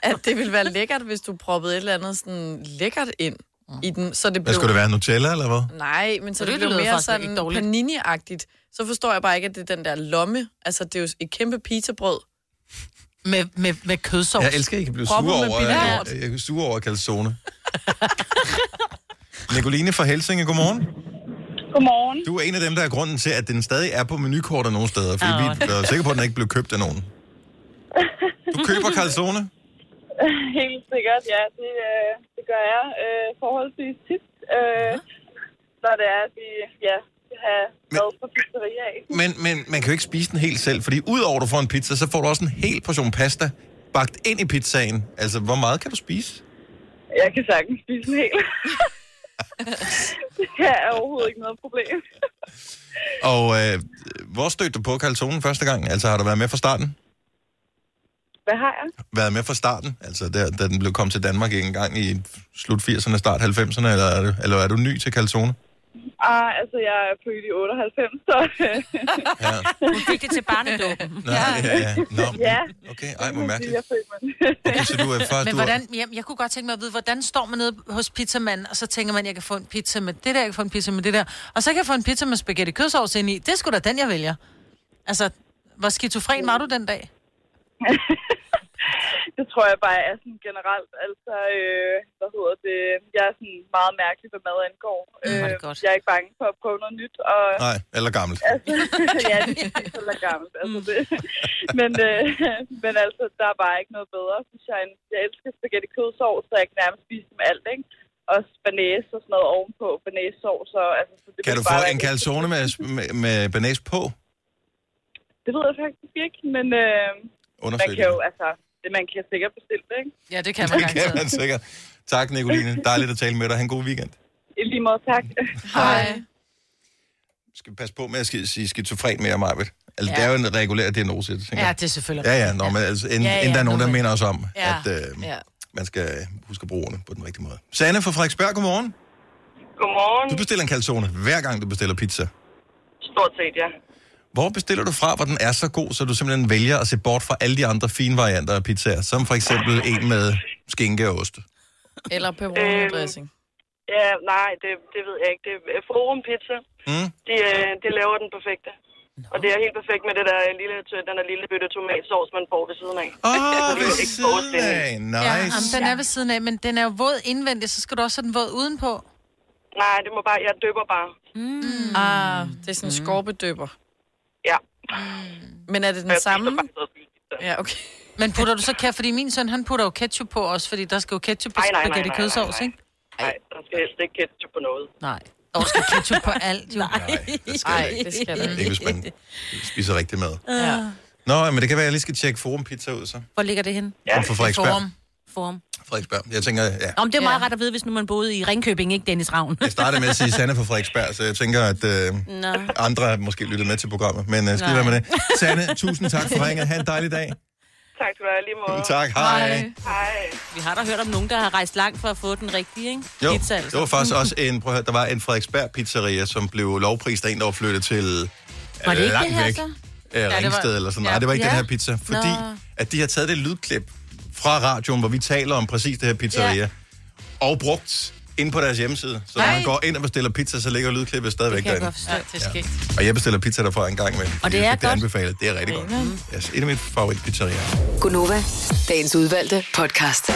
[SPEAKER 4] at det ville være lækkert, hvis du proppede et eller andet sådan lækkert ind i den, så det blev...
[SPEAKER 1] Hvad skulle det være? Nutella, eller hvad?
[SPEAKER 4] Nej, men så
[SPEAKER 2] Mm. Det
[SPEAKER 4] det, det
[SPEAKER 2] lyder
[SPEAKER 4] blev mere
[SPEAKER 2] faktisk ikke
[SPEAKER 4] sådan
[SPEAKER 2] dårligt.
[SPEAKER 4] panini-agtigt. Så forstår jeg bare ikke, at det er den der lomme. Altså, det er jo et kæmpe pizzabrød.
[SPEAKER 2] Med, med, med kødsovs.
[SPEAKER 1] Jeg elsker, at I kan blive
[SPEAKER 4] Proppet
[SPEAKER 1] sure
[SPEAKER 4] med
[SPEAKER 1] over,
[SPEAKER 4] billig
[SPEAKER 1] jeg,
[SPEAKER 4] lort.
[SPEAKER 1] jeg, jeg er sure over calzone. Nicoline fra Helsinge, godmorgen.
[SPEAKER 12] Godmorgen.
[SPEAKER 1] Du er en af dem, der er grunden til, at den stadig er på menukortet nogle steder, fordi
[SPEAKER 12] Åh.
[SPEAKER 1] vi er sikre på, at den ikke blev købt af nogen. Du køber calzone?
[SPEAKER 12] Helt sikkert, ja. Det, øh, det gør jeg øh, forholdsvis tit, øh,
[SPEAKER 1] Mhm.
[SPEAKER 12] når det er, at vi ja, skal have mad på pizzeria af.
[SPEAKER 1] Men, men man kan jo ikke spise den helt selv, fordi udover at du får en pizza, så får du også en hel portion pasta bagt ind i pizzaen. Altså, hvor meget kan du spise?
[SPEAKER 12] Jeg kan sagtens spise en hel. det her er overhovedet ikke noget problem.
[SPEAKER 1] Og øh, hvor stødte du på calzonen første gang? Altså, har du været med fra starten?
[SPEAKER 12] Hvad har jeg?
[SPEAKER 1] Været med fra starten? Altså, der, da den blev kommet til Danmark en gang i slut 80'erne, start 90'erne, eller er, du, eller er du ny til calzone?
[SPEAKER 12] Ah, altså, jeg er født i 98, så...
[SPEAKER 1] Ja.
[SPEAKER 12] Hun fik det til barnedåben.
[SPEAKER 1] Nej, ja, ja. Nå,
[SPEAKER 12] Ja,
[SPEAKER 1] okay. Ej, hvor mærkeligt.
[SPEAKER 12] jeg følte mig.
[SPEAKER 1] Okay, så du er først...
[SPEAKER 2] Men
[SPEAKER 1] du er-
[SPEAKER 2] hvordan, jamen, jeg kunne godt tænke mig at vide, hvordan står man nede hos pizzamanden, og så tænker man, jeg kan få en pizza med det der, jeg kan få en pizza med det der, og så kan jeg få en pizza med spaghetti kødsovs ind i. Det er sgu da den, jeg vælger. Altså, hvor skizofren var du den dag?
[SPEAKER 12] Det tror jeg bare er sådan generelt. Altså, øh, hvad hedder det? Jeg er sådan meget mærkelig, hvad mad angår.
[SPEAKER 1] Mm, hvor er det
[SPEAKER 12] Øh,
[SPEAKER 1] godt.
[SPEAKER 12] jeg er ikke bange for at prøve noget nyt. Og,
[SPEAKER 1] Nej, eller gammelt.
[SPEAKER 12] Altså, ja, det er ikke så gammelt. Altså,
[SPEAKER 1] Mm.
[SPEAKER 12] det. Men, øh, men altså, der er bare ikke noget bedre. Synes jeg, end- jeg elsker spaghetti kødsovs, så jeg kan nærmest spise dem alt, ikke? Og banæs og sådan noget ovenpå, banæssovs. Og, altså, så det
[SPEAKER 1] Kan
[SPEAKER 12] vil
[SPEAKER 1] du
[SPEAKER 12] bare
[SPEAKER 1] få
[SPEAKER 12] være
[SPEAKER 1] en
[SPEAKER 12] helt-
[SPEAKER 1] calzone med, med, med banæs på?
[SPEAKER 12] Det ved jeg faktisk ikke, men øh, man
[SPEAKER 1] Undersøg
[SPEAKER 12] kan
[SPEAKER 1] det.
[SPEAKER 12] jo, altså, det, man kan sikkert bestille det, ikke?
[SPEAKER 2] Ja, det
[SPEAKER 1] Det kan man sikkert. Tak, Nicoline. Dejligt at tale med dig. Ha' en god weekend.
[SPEAKER 12] I lige måde, tak. Hej.
[SPEAKER 1] Skal vi passe på med at sk- sige skizofren mere, Marvitt? Altså,
[SPEAKER 2] Ja.
[SPEAKER 1] ja. det er jo en regulær diagnose, det tænker
[SPEAKER 2] Ja,
[SPEAKER 1] jeg.
[SPEAKER 2] det er selvfølgelig.
[SPEAKER 1] Ja, ja, nå, men altså, inden, ja, ja, inden der er nogen, der minder os om, ja. at øh,
[SPEAKER 2] ja.
[SPEAKER 1] man skal huske at bruge ordene på den rigtige måde. Sanne fra Frederiksberg, godmorgen.
[SPEAKER 12] Godmorgen.
[SPEAKER 1] Du bestiller en calzone, hver gang du bestiller pizza.
[SPEAKER 12] Stort set, ja.
[SPEAKER 1] Hvor bestiller du fra, hvor den er så god, så du simpelthen vælger at se bort fra alle de andre fine varianter af pizzaer, som for eksempel en med skinke og ost?
[SPEAKER 4] Eller pepperoni dressing.
[SPEAKER 12] Ja, nej, det, det ved jeg ikke. Det er Forum Pizza.
[SPEAKER 1] Mm.
[SPEAKER 12] De, øh, de laver den perfekte. No. Og det er helt perfekt med det der øh, lille, tø- den der lille bøtte tomatsovs, man får ved siden af.
[SPEAKER 1] Åh,
[SPEAKER 12] Så
[SPEAKER 1] oh,
[SPEAKER 12] det
[SPEAKER 1] ved
[SPEAKER 12] er ikke
[SPEAKER 1] siden
[SPEAKER 12] forestille.
[SPEAKER 1] af. Nice.
[SPEAKER 2] Ja, jamen, den er ved siden af, men den er jo våd indvendigt, så skal du også have den våd udenpå.
[SPEAKER 12] Nej, det må bare, jeg døber bare.
[SPEAKER 4] Mm. Ah, det er sådan en skorpedøber.
[SPEAKER 12] Ja.
[SPEAKER 4] Men er det den samme? Ja, okay.
[SPEAKER 2] Men putter du så kære, fordi min søn, han putter jo ketchup på også, fordi der skal jo ketchup på
[SPEAKER 12] Nej, nej, nej,
[SPEAKER 2] spaghetti
[SPEAKER 12] nej, nej,
[SPEAKER 2] kødsovs,
[SPEAKER 12] nej.
[SPEAKER 2] ikke?
[SPEAKER 12] Nej, der skal helst ikke ketchup på noget.
[SPEAKER 2] Nej. Og der skal ketchup på alt, jo. Nej,
[SPEAKER 1] det
[SPEAKER 12] skal der ikke. det skal der
[SPEAKER 1] Ikke hvis man spiser rigtig mad.
[SPEAKER 3] Ja.
[SPEAKER 1] Nå, men det kan være, at jeg lige skal tjekke Forum Pizza ud, så.
[SPEAKER 3] Hvor ligger det henne?
[SPEAKER 1] Ja. Fra Frederiksberg.
[SPEAKER 3] Forum. Forum.
[SPEAKER 1] Frederiksberg. Jeg tænker, ja.
[SPEAKER 3] Om det er meget ret at vide, hvis nu man boede i Ringkøbing, ikke Dennis Ravn.
[SPEAKER 1] Jeg startede med at sige Sanne fra Frederiksberg, så jeg tænker, at øh,
[SPEAKER 3] Nå.
[SPEAKER 1] andre måske lyttede med til programmet. Men øh, skal
[SPEAKER 3] Nej.
[SPEAKER 1] være med det. Sanne, tusind tak for ringet. Ha' en dejlig dag.
[SPEAKER 12] Tak skal du have lige måde.
[SPEAKER 1] Tak, hej. Hej.
[SPEAKER 3] Vi har da hørt om nogen, der har rejst langt for at få den rigtige, ikke? altså. Mm.
[SPEAKER 1] Jo, det var faktisk også en, prøv at høre, der var en Frederiksberg pizzeria, som blev lovprist af en, der var flyttet til øh,
[SPEAKER 3] Var det ikke
[SPEAKER 1] langt
[SPEAKER 3] det her,
[SPEAKER 1] væk.
[SPEAKER 3] så?
[SPEAKER 1] Ja,
[SPEAKER 3] det var-
[SPEAKER 1] Ringsted eller sådan noget.
[SPEAKER 3] Ja.
[SPEAKER 1] Nej, det var ikke
[SPEAKER 3] Ja.
[SPEAKER 1] den her pizza, fordi
[SPEAKER 3] Nå.
[SPEAKER 1] at de har taget det lydklip fra radioen, hvor vi taler om præcis det her pizzeria,
[SPEAKER 3] Ja.
[SPEAKER 1] og brugt inde på deres hjemmeside. Så når
[SPEAKER 3] Nej.
[SPEAKER 1] man går ind og bestiller pizza, så ligger lydklippet stadigvæk
[SPEAKER 3] Det kan jeg
[SPEAKER 1] derinde.
[SPEAKER 3] godt forstå. Ja, det er skægt.
[SPEAKER 1] Og jeg bestiller pizza derfra en gang imellem. fordi
[SPEAKER 5] det
[SPEAKER 1] jeg
[SPEAKER 5] er
[SPEAKER 1] fik det
[SPEAKER 5] godt.
[SPEAKER 1] anbefalet. Det er rigtig godt. Yes, et af mine favoritpizzerier.
[SPEAKER 5] Gunova, dagens udvalgte podcast.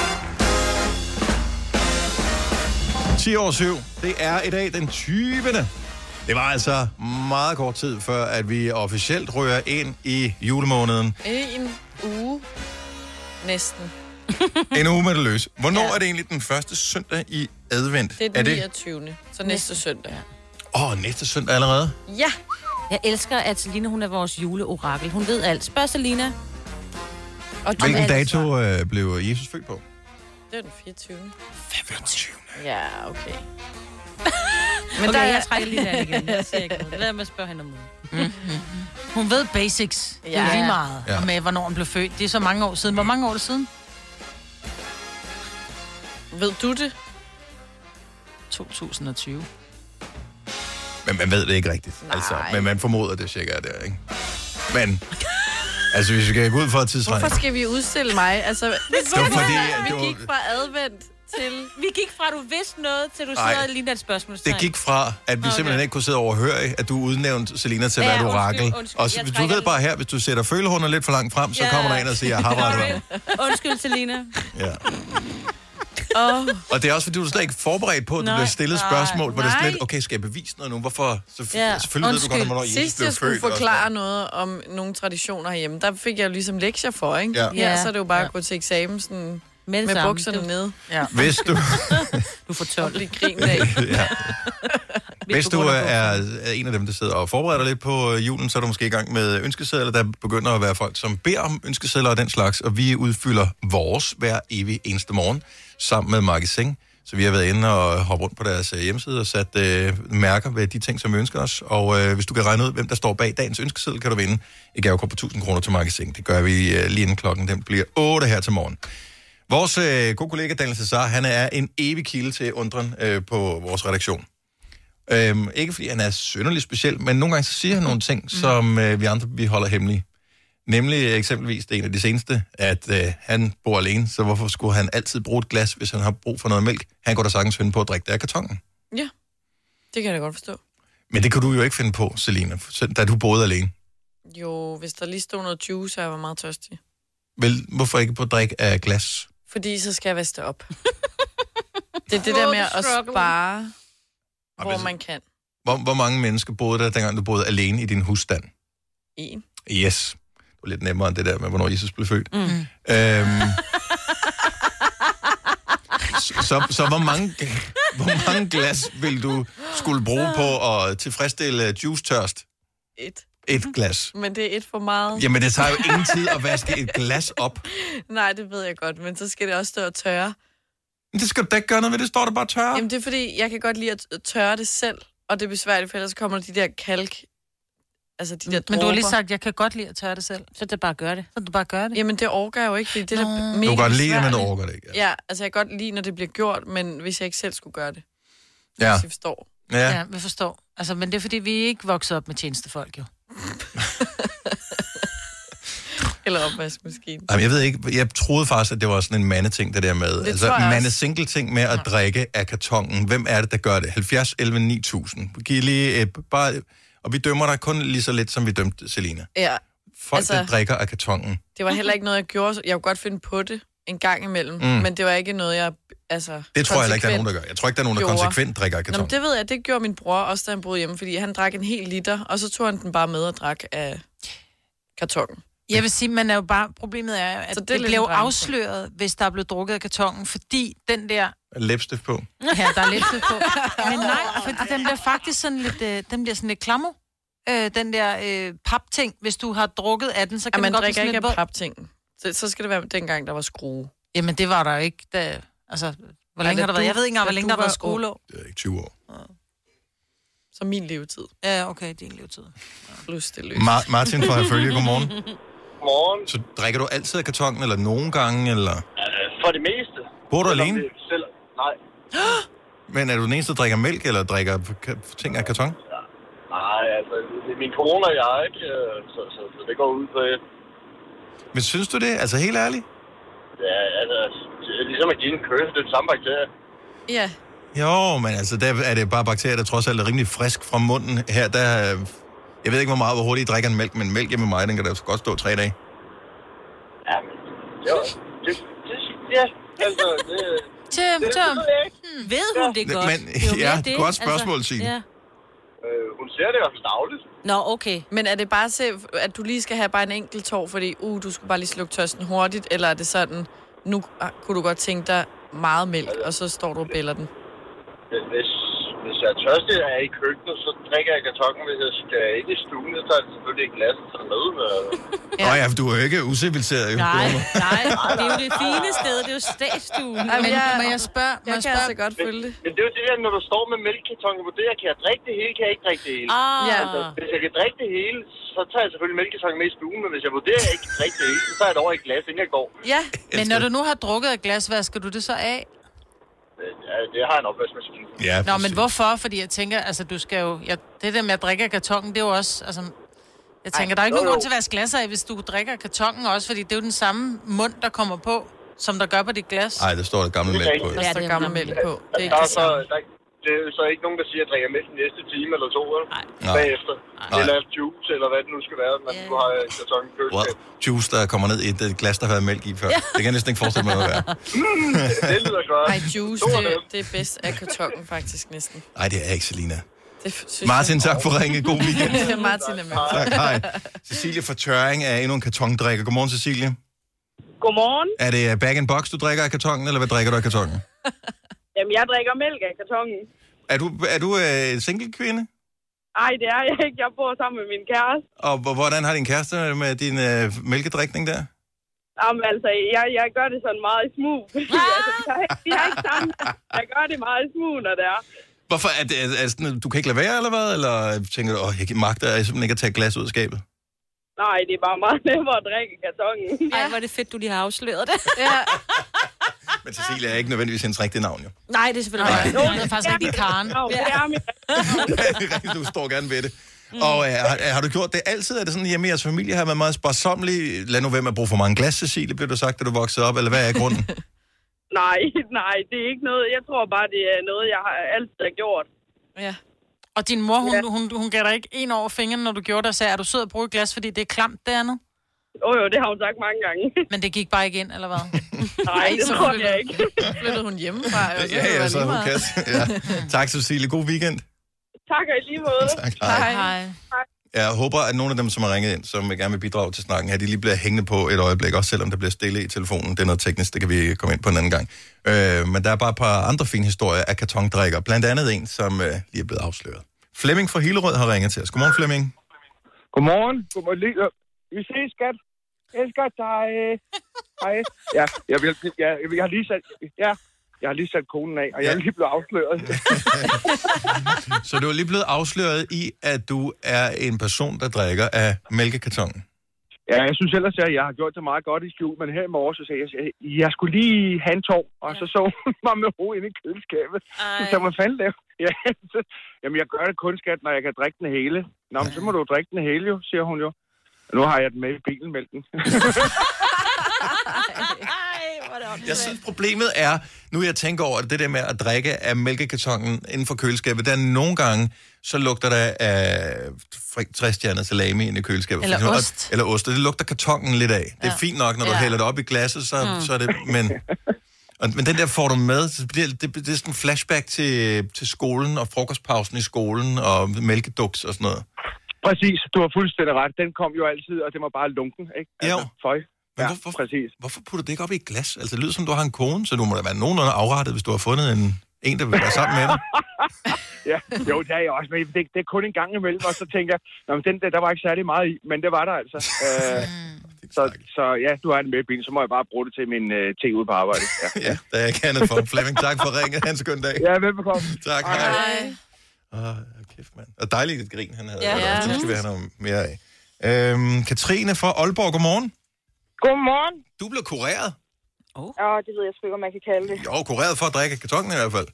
[SPEAKER 1] 10 år 7. Det er i dag den 20. Det var altså meget kort tid før, at vi officielt rører ind i julemåneden.
[SPEAKER 4] En uge. Næsten.
[SPEAKER 1] En uge med det løs. Hvornår ja. er det egentlig den første søndag i advent?
[SPEAKER 4] Det er den 29. Så næste søndag.
[SPEAKER 1] Åh, oh, næste søndag allerede?
[SPEAKER 4] Ja.
[SPEAKER 3] Jeg elsker, at Selina, hun er vores juleorakel. Hun ved alt. Spørg Selina.
[SPEAKER 4] Og
[SPEAKER 1] Hvilken dato øh, blev Jesus født på?
[SPEAKER 4] Det er den 24.
[SPEAKER 1] 25.
[SPEAKER 4] Ja, okay.
[SPEAKER 3] Men okay, der... jeg trækker lige der igen. Jeg siger ikke noget. Lad mig spørge hende om noget. Mm-hmm.
[SPEAKER 2] Hun ved basics. Det er
[SPEAKER 3] Ja.
[SPEAKER 2] ja. lige meget.
[SPEAKER 3] Ja.
[SPEAKER 2] Ja. Med, hvornår hun blev født. Det er så mange år siden. Hvor mange år er det siden?
[SPEAKER 4] Ved du det?
[SPEAKER 2] 2020.
[SPEAKER 1] Men man ved det ikke rigtigt. Altså, men man formoder det cirka er der, ikke? Men, altså hvis vi kan gå ud for et tidsregn.
[SPEAKER 4] Hvorfor skal vi udstille mig? Altså, det
[SPEAKER 1] var fordi, at det
[SPEAKER 4] vi
[SPEAKER 1] var-
[SPEAKER 4] gik fra advent til...
[SPEAKER 3] Vi gik fra, at du vidste noget, til du
[SPEAKER 1] Ej.
[SPEAKER 3] sidder lige et spørgsmål.
[SPEAKER 1] Det gik fra, at vi okay. simpelthen ikke kunne sidde og overhøre, at du udnævnte Selina til at være
[SPEAKER 3] Ja,
[SPEAKER 1] et
[SPEAKER 3] undskyld,
[SPEAKER 1] orakel.
[SPEAKER 3] undskyld.
[SPEAKER 1] Og
[SPEAKER 3] Jeg
[SPEAKER 1] du
[SPEAKER 3] trækker
[SPEAKER 1] ved bare her, hvis du sætter følehornet lidt for langt frem, så
[SPEAKER 3] Ja.
[SPEAKER 1] kommer der en og siger, jeg har været der."
[SPEAKER 3] Undskyld, Selina.
[SPEAKER 1] Ja.
[SPEAKER 4] Oh.
[SPEAKER 1] Og det er også, fordi du er slet ikke forberedt på, at du
[SPEAKER 4] Nej,
[SPEAKER 1] bliver stillet
[SPEAKER 4] nej,
[SPEAKER 1] spørgsmål, hvor det er
[SPEAKER 4] nej.
[SPEAKER 1] slet, okay, skal jeg bevise noget nu? Hvorfor? Så, ja. Selvfølgelig ved du godt, hvornår Jesus
[SPEAKER 4] Sidst
[SPEAKER 1] blev
[SPEAKER 4] jeg skulle
[SPEAKER 1] født. og sådan
[SPEAKER 4] forklare noget om nogle traditioner herhjemme, der fik jeg jo ligesom lektier for, ikke?
[SPEAKER 1] Ja.
[SPEAKER 4] Her,
[SPEAKER 1] Ja.
[SPEAKER 4] så er det jo bare at gå til eksamen sådan, med, med
[SPEAKER 3] samme.
[SPEAKER 4] bukserne
[SPEAKER 3] Du-
[SPEAKER 4] nede.
[SPEAKER 2] Ja.
[SPEAKER 1] Hvis du-
[SPEAKER 3] du får 12.
[SPEAKER 4] Det griner af.
[SPEAKER 1] ja. Hvis du er, er en af dem, der sidder og forbereder dig lidt på øh, julen, så er du måske i gang med ønskesedler. Der begynder at være folk, som beder om ønskesedler og den slags, og vi udfylder vores hver evig eneste morgen sammen med Marketing. Så vi har været inde og hoppe rundt på deres øh, hjemmeside og sat øh, mærker ved de ting, som vi ønsker os. Og øh, hvis du kan regne ud, hvem der står bag dagens ønskeseddel, kan du vinde et gavekort på 1000 kroner til Marketing. Det gør vi øh, lige inden klokken. Den bliver 8 her til morgen. Vores øh, gode kollega Daniel Cesar, han er en evig kilde til undren øh, på vores redaktion. Øhm, ikke fordi han er synderligt speciel, men nogle gange så siger han nogle ting, som øh, vi andre vi holder hemmelige. Nemlig øh, eksempelvis det ene af de seneste, at øh, han bor alene, så hvorfor skulle han altid bruge et glas, hvis han har brug for noget mælk? Han går da sagtens finde på at drikke det af kartongen.
[SPEAKER 4] Ja, det kan jeg da godt forstå.
[SPEAKER 1] Men det kan du jo ikke finde på, Selina, for- da du boede alene.
[SPEAKER 4] Jo, hvis der lige stod noget juice, så jeg var meget tørstig.
[SPEAKER 1] Vel, hvorfor ikke på at drikke af glas?
[SPEAKER 4] Fordi så skal jeg vaske det op. det er det der med at
[SPEAKER 3] Struggle.
[SPEAKER 4] spare, hvor man kan.
[SPEAKER 1] Hvor, hvor mange mennesker boede der, dengang du boede alene i din husstand?
[SPEAKER 4] En.
[SPEAKER 1] Yes. Det var lidt nemmere end det der med, hvornår Jesus blev født.
[SPEAKER 4] Mm.
[SPEAKER 1] Øhm, så, så, så hvor, mange, hvor mange glas vil du skulle bruge på at tilfredsstille juice-tørst?
[SPEAKER 4] Et.
[SPEAKER 1] Et glas.
[SPEAKER 4] Men det er et for meget.
[SPEAKER 1] Jamen, det tager jo ingen tid at vaske et glas op.
[SPEAKER 4] Nej, det ved jeg godt, men så skal det også stå og tørre.
[SPEAKER 1] Men Det skal du da ikke gøre noget ved, det står der bare tørre.
[SPEAKER 4] Jamen, det er fordi, jeg kan godt lide at tørre det selv, og det er besværligt, for ellers kommer de der kalk... Altså de der
[SPEAKER 2] Men du har lige
[SPEAKER 4] dråber.
[SPEAKER 2] sagt, at jeg kan godt lide at tørre det selv.
[SPEAKER 3] Så det bare gør det.
[SPEAKER 2] Så du bare gør det.
[SPEAKER 4] Jamen, det orker jeg jo ikke, fordi det er da mega
[SPEAKER 1] Du kan godt lide det, men du
[SPEAKER 4] besværligt.
[SPEAKER 1] overgår det ikke.
[SPEAKER 4] Ja, altså jeg kan godt lide, når det bliver gjort, men hvis jeg ikke selv skulle gøre det.
[SPEAKER 1] Ja.
[SPEAKER 4] Hvis jeg forstår.
[SPEAKER 1] Ja.
[SPEAKER 2] ja vi forstår. Altså, men det er fordi, vi er ikke vokset op med tjenestefolk, jo.
[SPEAKER 4] Eller opvaskemaskinen.
[SPEAKER 1] Jamen, jeg ved ikke, jeg troede faktisk, at det var sådan en mandeting, det der med. Det altså,
[SPEAKER 4] tror jeg også.
[SPEAKER 1] mandesingle-ting med at drikke af kartongen. Hvem er det, der gør det? 70, 11, 9000. Giv lige et, bare... Og vi dømmer dig kun lige så lidt, som vi dømte Selina.
[SPEAKER 4] Ja,
[SPEAKER 1] Folk, altså...
[SPEAKER 4] Altså-
[SPEAKER 1] der drikker af kartongen.
[SPEAKER 4] det var heller ikke noget, jeg gjorde. så Jeg kunne godt finde på det en gang imellem,
[SPEAKER 1] Mm.
[SPEAKER 4] mm. men det var ikke noget, jeg... Altså,
[SPEAKER 1] Det tror jeg heller ikke, der er
[SPEAKER 4] konsekvent
[SPEAKER 1] nogen, der gør. Jeg tror ikke, der er nogen, der
[SPEAKER 4] gjorde.
[SPEAKER 1] konsekvent drikker af
[SPEAKER 4] Nå, men
[SPEAKER 1] kartongen.
[SPEAKER 4] det ved jeg, det gjorde min bror også, da han boede hjemme, fordi han drak en hel liter, og så tog han den bare med og drak af kartongen.
[SPEAKER 2] Jeg vil sige, man er jo bare... Problemet er, jo, at
[SPEAKER 4] Så det
[SPEAKER 2] det,
[SPEAKER 4] er
[SPEAKER 2] det
[SPEAKER 4] lidt
[SPEAKER 2] blev
[SPEAKER 4] en branche.
[SPEAKER 2] afsløret, hvis der blev drukket af kartongen, fordi den der
[SPEAKER 1] Læbstift på.
[SPEAKER 2] Ja, der er lidt fedt på. Men nej, fordi den bliver faktisk sådan lidt, øh, den bliver sådan lidt klammer. Øh, den der øh, papting, hvis du har drukket af den, så
[SPEAKER 4] Ja,
[SPEAKER 2] kan
[SPEAKER 4] man
[SPEAKER 2] den godt blive
[SPEAKER 4] drikker
[SPEAKER 2] sådan
[SPEAKER 4] ikke
[SPEAKER 2] lidt
[SPEAKER 4] af
[SPEAKER 2] våd.
[SPEAKER 4] paptingen. Så, så skal det være dengang, der var skrue.
[SPEAKER 2] Jamen, det var der jo ikke, da, altså, hvor længe
[SPEAKER 4] da
[SPEAKER 2] har der været?
[SPEAKER 4] du-
[SPEAKER 2] Jeg ved ikke engang,
[SPEAKER 4] da
[SPEAKER 2] hvor længe
[SPEAKER 4] du
[SPEAKER 2] der har været
[SPEAKER 4] var ung.
[SPEAKER 2] skruelåg.
[SPEAKER 1] Det er ikke 20 år.
[SPEAKER 4] Så min levetid.
[SPEAKER 2] Ja, okay, din levetid.
[SPEAKER 4] Plus det løs.
[SPEAKER 1] Ma- Martin fra Herfølge, godmorgen.
[SPEAKER 13] Godmorgen.
[SPEAKER 1] Så drikker du altid af kartongen, eller nogle gange, eller...
[SPEAKER 13] Øh, For det meste.
[SPEAKER 1] Bor du
[SPEAKER 13] Selvom
[SPEAKER 1] alene?
[SPEAKER 13] det- Selv, nej,
[SPEAKER 1] Men er du den eneste, der drikker mælk, eller drikker ka- ting af karton?
[SPEAKER 13] nej, altså, det er min kone og jeg, ikke? Øh, Så, så, så det går ud på, øh,
[SPEAKER 1] Men synes du det? Altså helt ærligt?
[SPEAKER 13] ja, altså, det er ligesom at give en køs, det er den samme bakterie.
[SPEAKER 4] Ja,
[SPEAKER 1] Jo, men altså, der er det bare bakterier, der trods alt er rimelig frisk fra munden. Her, der... øh, Jeg ved ikke, hvor meget, hvor hurtigt I drikker en mælk, men mælk hjemme med mig, den kan da godt stå tre dage.
[SPEAKER 13] Jo, det, det, ja, altså, det,
[SPEAKER 2] Tøm,
[SPEAKER 13] Det
[SPEAKER 2] tøm.
[SPEAKER 13] ved jeg ikke.
[SPEAKER 2] Hmm, Ved hun det
[SPEAKER 1] Men-
[SPEAKER 2] godt?
[SPEAKER 1] men-
[SPEAKER 2] Det er jo mere
[SPEAKER 1] ja,
[SPEAKER 2] det, altså,
[SPEAKER 1] godt spørgsmål, Signe.
[SPEAKER 2] Ja.
[SPEAKER 13] øh, hun ser det i hvert fald dagligt.
[SPEAKER 3] Nå, okay.
[SPEAKER 4] Men er det bare til, at du lige skal have bare en enkelt tår, fordi uh, du skulle bare lige slukke tørsten hurtigt, eller er det sådan, nu ah, kunne du godt tænke dig meget mælk, og så står du og bæller den?
[SPEAKER 13] Men Hvis, hvis jeg er tørstig og er i køkkenet, så drikker jeg kartokken. Hvis jeg skal ind i stuen, så er det selvfølgelig et glas, der med. øh.
[SPEAKER 1] Ja. Nå ja, for du er jo ikke usiviliseret. Jo.
[SPEAKER 3] Nej,
[SPEAKER 1] Du er-
[SPEAKER 3] nej, det er jo det fine sted, det er jo statsstuen.
[SPEAKER 4] Ej, men jeg-
[SPEAKER 2] Må jeg spørge? Må
[SPEAKER 4] Jeg
[SPEAKER 2] jeg
[SPEAKER 4] kan
[SPEAKER 2] spørge?
[SPEAKER 4] altså godt følge det.
[SPEAKER 13] Men det er jo det der, når du står med mælkekartonen og vurderer, kan jeg drikke det hele, kan jeg ikke drikke det hele.
[SPEAKER 3] Ah. Ja.
[SPEAKER 13] Altså, hvis jeg kan drikke det hele, så tager jeg selvfølgelig mælkekartonen med i stuen, men hvis jeg vurderer, at jeg ikke kan drikke det hele, så tager jeg det over i et glas, inden jeg går.
[SPEAKER 4] Ja,
[SPEAKER 2] Men når du nu har drukket et glas, hvad skal du det så af?
[SPEAKER 13] Øh, ja, det har jeg en opvaskemaskine.
[SPEAKER 1] Ja,
[SPEAKER 2] Nå, men hvorfor? Fordi jeg tænker, altså du skal jo... Jeg, det der med at drikke af kartongen, det er jo også... Altså, jeg tænker,
[SPEAKER 13] Ej,
[SPEAKER 2] der er ikke
[SPEAKER 13] jo,
[SPEAKER 2] nogen grund
[SPEAKER 13] jo.
[SPEAKER 2] til at vaske glas af, hvis du drikker af kartongen også, fordi det er jo den samme mund, der kommer på, som der gør på dit glas.
[SPEAKER 1] Ej, der står der gammel mælk på.
[SPEAKER 4] Der står gammel mælk på. Det er
[SPEAKER 13] Der
[SPEAKER 4] ikke
[SPEAKER 13] er
[SPEAKER 4] det
[SPEAKER 13] så,
[SPEAKER 4] samme.
[SPEAKER 13] der, er- det er jo så ikke nogen, der siger, at jeg drikker mælk den næste time eller to, eller
[SPEAKER 1] Nej.
[SPEAKER 13] bagefter.
[SPEAKER 1] Nej.
[SPEAKER 13] Eller juice, eller hvad det nu skal være, man nu har øh, i kartonen i
[SPEAKER 1] Wow.
[SPEAKER 13] køleskabet.
[SPEAKER 1] Juice, der kommer ned i et øh, glas, der har været mælk i før. Det kan jeg næsten ikke forestille mig, hvad det er.
[SPEAKER 13] Mm, det lyder godt.
[SPEAKER 4] Ej, juice, det, det er bedst af kartongen faktisk næsten.
[SPEAKER 1] Nej, det er ikke, Selina.
[SPEAKER 4] Det synes
[SPEAKER 1] Martin,
[SPEAKER 4] jeg.
[SPEAKER 1] tak for at ringe. God weekend.
[SPEAKER 4] Martin er med.
[SPEAKER 1] Tak, hej. Cecilie fra Tøring er endnu en kartongdrikker. Godmorgen, Cecilie.
[SPEAKER 12] Godmorgen.
[SPEAKER 1] Er det øh, bag in box, du drikker af kartongen, eller hvad drikker du af kartongen?
[SPEAKER 12] Jamen, jeg drikker mælk af kartongen.
[SPEAKER 1] Er du, er du øh, single kvinde?
[SPEAKER 12] Ej, det er jeg ikke. Jeg bor sammen med min kæreste.
[SPEAKER 1] Og h- hvordan har din kæreste det med din øh, mælkedrikning der?
[SPEAKER 12] Jamen, altså, jeg, jeg gør det sådan meget i smug. altså, vi, har, ikke- vi har ikke sammen. Jeg gør det meget i smug, når det er.
[SPEAKER 1] Hvorfor? Er det, er, er sådan, du kan ikke lade være, eller hvad? Eller tænker du, åh, jeg magter jeg simpelthen ikke at tage glas ud af skabet?
[SPEAKER 12] Nej, det er bare meget nemmere at drikke i kartongen.
[SPEAKER 3] Ej, hvor er det fedt, du lige har afsløret det.
[SPEAKER 1] Men Cecilie er ikke nødvendigvis hendes rigtige navn, jo.
[SPEAKER 3] Nej, det er selvfølgelig ikke.
[SPEAKER 2] Hun hedder faktisk rigtig Karen.
[SPEAKER 12] Det er mit
[SPEAKER 1] du står gerne ved det. Og øh, har, har, du gjort det altid? Er det sådan, at hjemme i jeres familie har været meget sparsomlig? Lad nu være med at bruge for mange glas, Cecilie, blev du sagt, da du voksede op, eller hvad er grunden?
[SPEAKER 12] Nej, nej, det er ikke noget. Jeg tror bare, det er noget, jeg har altid har gjort.
[SPEAKER 4] Ja.
[SPEAKER 2] Og din mor, hun, hun, hun gav dig ikke en over fingeren, når du gjorde det, og sagde, er du sød at bruge et glas, fordi det er klamt det andet?
[SPEAKER 12] Åh oh, jo, det har hun sagt mange gange.
[SPEAKER 2] Men det gik bare ikke ind, eller hvad?
[SPEAKER 12] Nej, det
[SPEAKER 2] så
[SPEAKER 12] tror
[SPEAKER 2] flyttede-
[SPEAKER 12] jeg ikke.
[SPEAKER 4] Flyttede hun hjemmefra? jo, så kan
[SPEAKER 1] ja,
[SPEAKER 4] Altså, det
[SPEAKER 1] ja,
[SPEAKER 4] være
[SPEAKER 1] så
[SPEAKER 4] lige
[SPEAKER 1] hun
[SPEAKER 4] meget.
[SPEAKER 1] kan. Ja. Tak, Cecilie. God weekend.
[SPEAKER 12] Tak og i lige måde.
[SPEAKER 1] Tak, hej. Hej.
[SPEAKER 2] Hej.
[SPEAKER 1] Jeg håber, at nogle af dem, som har ringet ind, som gerne vil bidrage til snakken her, de lige bliver hængende på et øjeblik, også selvom der bliver stille i telefonen. Det er noget teknisk, det kan vi komme ind på en anden gang. Øh, men der er bare et par andre fine historier af kartongdrikker. Blandt andet en, som øh, lige er blevet afsløret. Flemming fra Hillerød har ringet til os. Godmorgen, Flemming.
[SPEAKER 14] Godmorgen. Godmorgen. Lige- øh, Vi ses, skat. Elsker dig. Hej. Ja, jeg, vil, jeg, jeg, jeg, har lige sat, ja, jeg har lige sat konen af, og jeg er lige blevet afsløret.
[SPEAKER 1] Så du er lige blevet afsløret i, at du er en person, der drikker af mælkekartongen.
[SPEAKER 14] Ja, jeg synes ellers, at jeg har gjort det meget godt i skjul, men her i morges, så sagde jeg, at jeg skulle lige have en tår, og så så hun mig med hovedet inde i køleskabet. Så sagde jeg, hvad fanden laver du?" ja, så, Jamen, jeg gør det kun, skat, når jeg kan drikke den hele. Nå, men så må du jo drikke den hele, jo, siger hun jo. Nu har jeg den med i bilen, mælken.
[SPEAKER 1] Jeg synes, problemet er, nu jeg tænker over det, det der med at drikke af mælkekartongen inden for køleskabet, der er nogle gange, så lugter der af fri- træstjernet salami inde i køleskabet. for
[SPEAKER 2] Eller
[SPEAKER 1] eksempel. Og-
[SPEAKER 2] ost.
[SPEAKER 1] Eller ost, og det lugter kartongen lidt af. Det er
[SPEAKER 2] Ja.
[SPEAKER 1] fint nok, når du
[SPEAKER 2] Ja.
[SPEAKER 1] hælder det op i glasset, så,
[SPEAKER 2] Mm.
[SPEAKER 1] så er det... Men, og, men den der får du med, så bliver det, det, det er sådan en flashback til, til skolen og frokostpausen i skolen og mælkeduks og sådan noget.
[SPEAKER 14] Præcis, du har fuldstændig ret. Den kom jo altid, og den var bare lunken, ikke? Altså, jo. Føj.
[SPEAKER 1] Men hvorfor,
[SPEAKER 14] præcis.
[SPEAKER 1] hvorfor putter det ikke op i et glas? Altså, det lyder som, du har en kone, så du må da være nogenlunde afrettet, hvis du har fundet en, en der vil være sammen med dig.
[SPEAKER 14] Ja, jo, det er jeg også, men det, det er kun en gang imellem, og så tænker jeg, "Nå, men den der, der var ikke særlig meget i, men det var der altså. Øh, så, så ja, du har den med i bilen, så må jeg bare bruge det til min øh, te ude på arbejde. Ja.
[SPEAKER 1] ja, der er ikke andet for. Flemming, tak for ringet. Han skøn dag.
[SPEAKER 14] Ja, velbekomme.
[SPEAKER 1] Tak, hej. Åh, oh, kæft, mand. Og dejligt et grin, han havde.
[SPEAKER 15] Ja.
[SPEAKER 1] Ja. Det skal vi have noget mere af. Øhm, Katrine fra Aalborg, godmorgen.
[SPEAKER 12] Godmorgen.
[SPEAKER 1] Du blev kureret.
[SPEAKER 12] Oh. Åh, det ved jeg sgu ikke, om man kan kalde det.
[SPEAKER 1] Jo, kureret for at drikke af kartongen i hvert fald.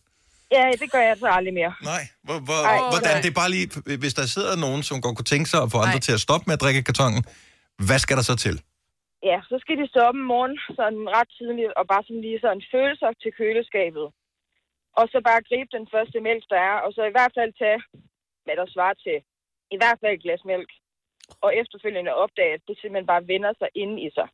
[SPEAKER 12] Ja, det gør jeg så aldrig mere.
[SPEAKER 1] Nej. Hvor, hvor,
[SPEAKER 12] Ej,
[SPEAKER 1] hvordan,
[SPEAKER 12] nej.
[SPEAKER 1] det er bare lige, hvis der sidder nogen, som godt kunne tænke sig at få andre til at stoppe med at drikke af kartongen, hvad skal der så til?
[SPEAKER 12] Ja, så skal de stoppe om morgenen sådan ret tidligt, og bare sådan lige sådan føle sig op til køleskabet.
[SPEAKER 15] og så bare gribe den første mælk, der er, og så i hvert fald tage, hvad der svarer til, i hvert fald et glas mælk, og efterfølgende opdage, at det simpelthen bare vender sig inde i sig.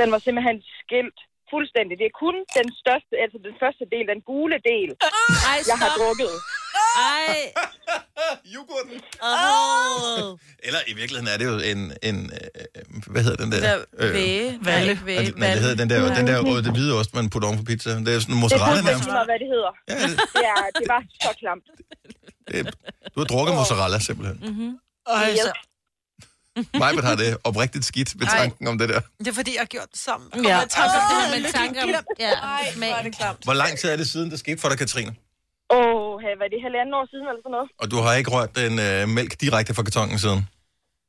[SPEAKER 15] Den var simpelthen skilt fuldstændig. Det er kun den største, altså den første del, den gule del,
[SPEAKER 3] Ah! Ej,
[SPEAKER 15] jeg har
[SPEAKER 3] stop.
[SPEAKER 15] drukket.
[SPEAKER 3] Ej.
[SPEAKER 1] Ah, Yoghurten.
[SPEAKER 3] Oh.
[SPEAKER 1] Eller i virkeligheden er det jo en, en øh, hvad hedder den der?
[SPEAKER 4] Der væge.
[SPEAKER 1] Valle.
[SPEAKER 4] Valle.
[SPEAKER 1] Nej, nej, det hedder den der, den der øh, det hvide ost, man putter oven på pizza. Det er sådan en
[SPEAKER 15] Det er
[SPEAKER 1] mozzarella
[SPEAKER 15] faktisk
[SPEAKER 1] nærmest.
[SPEAKER 15] lige meget, hvad det hedder. Ja, det... Ja, det var så klamt.
[SPEAKER 1] Du har drukket mozzarella simpelthen.
[SPEAKER 15] Mm-hmm.
[SPEAKER 2] Altså,
[SPEAKER 1] Majbert har det oprigtigt skidt ved
[SPEAKER 2] Ej.
[SPEAKER 1] tanken om det der.
[SPEAKER 2] det er fordi, jeg har gjort det sammen.
[SPEAKER 3] Ja.
[SPEAKER 2] Kommer jeg i tanke om
[SPEAKER 3] Åh, med tanke
[SPEAKER 2] altså, det her med lykken
[SPEAKER 3] om-
[SPEAKER 2] glem.
[SPEAKER 3] ja,
[SPEAKER 2] Ej, hvor er det klamt.
[SPEAKER 1] Hvor lang tid er det siden, det skete for dig, Katrine?
[SPEAKER 15] Åh, oh, var det halvanden år siden eller sådan noget?
[SPEAKER 1] Og du har ikke rørt den øh, mælk direkte fra kartongen siden.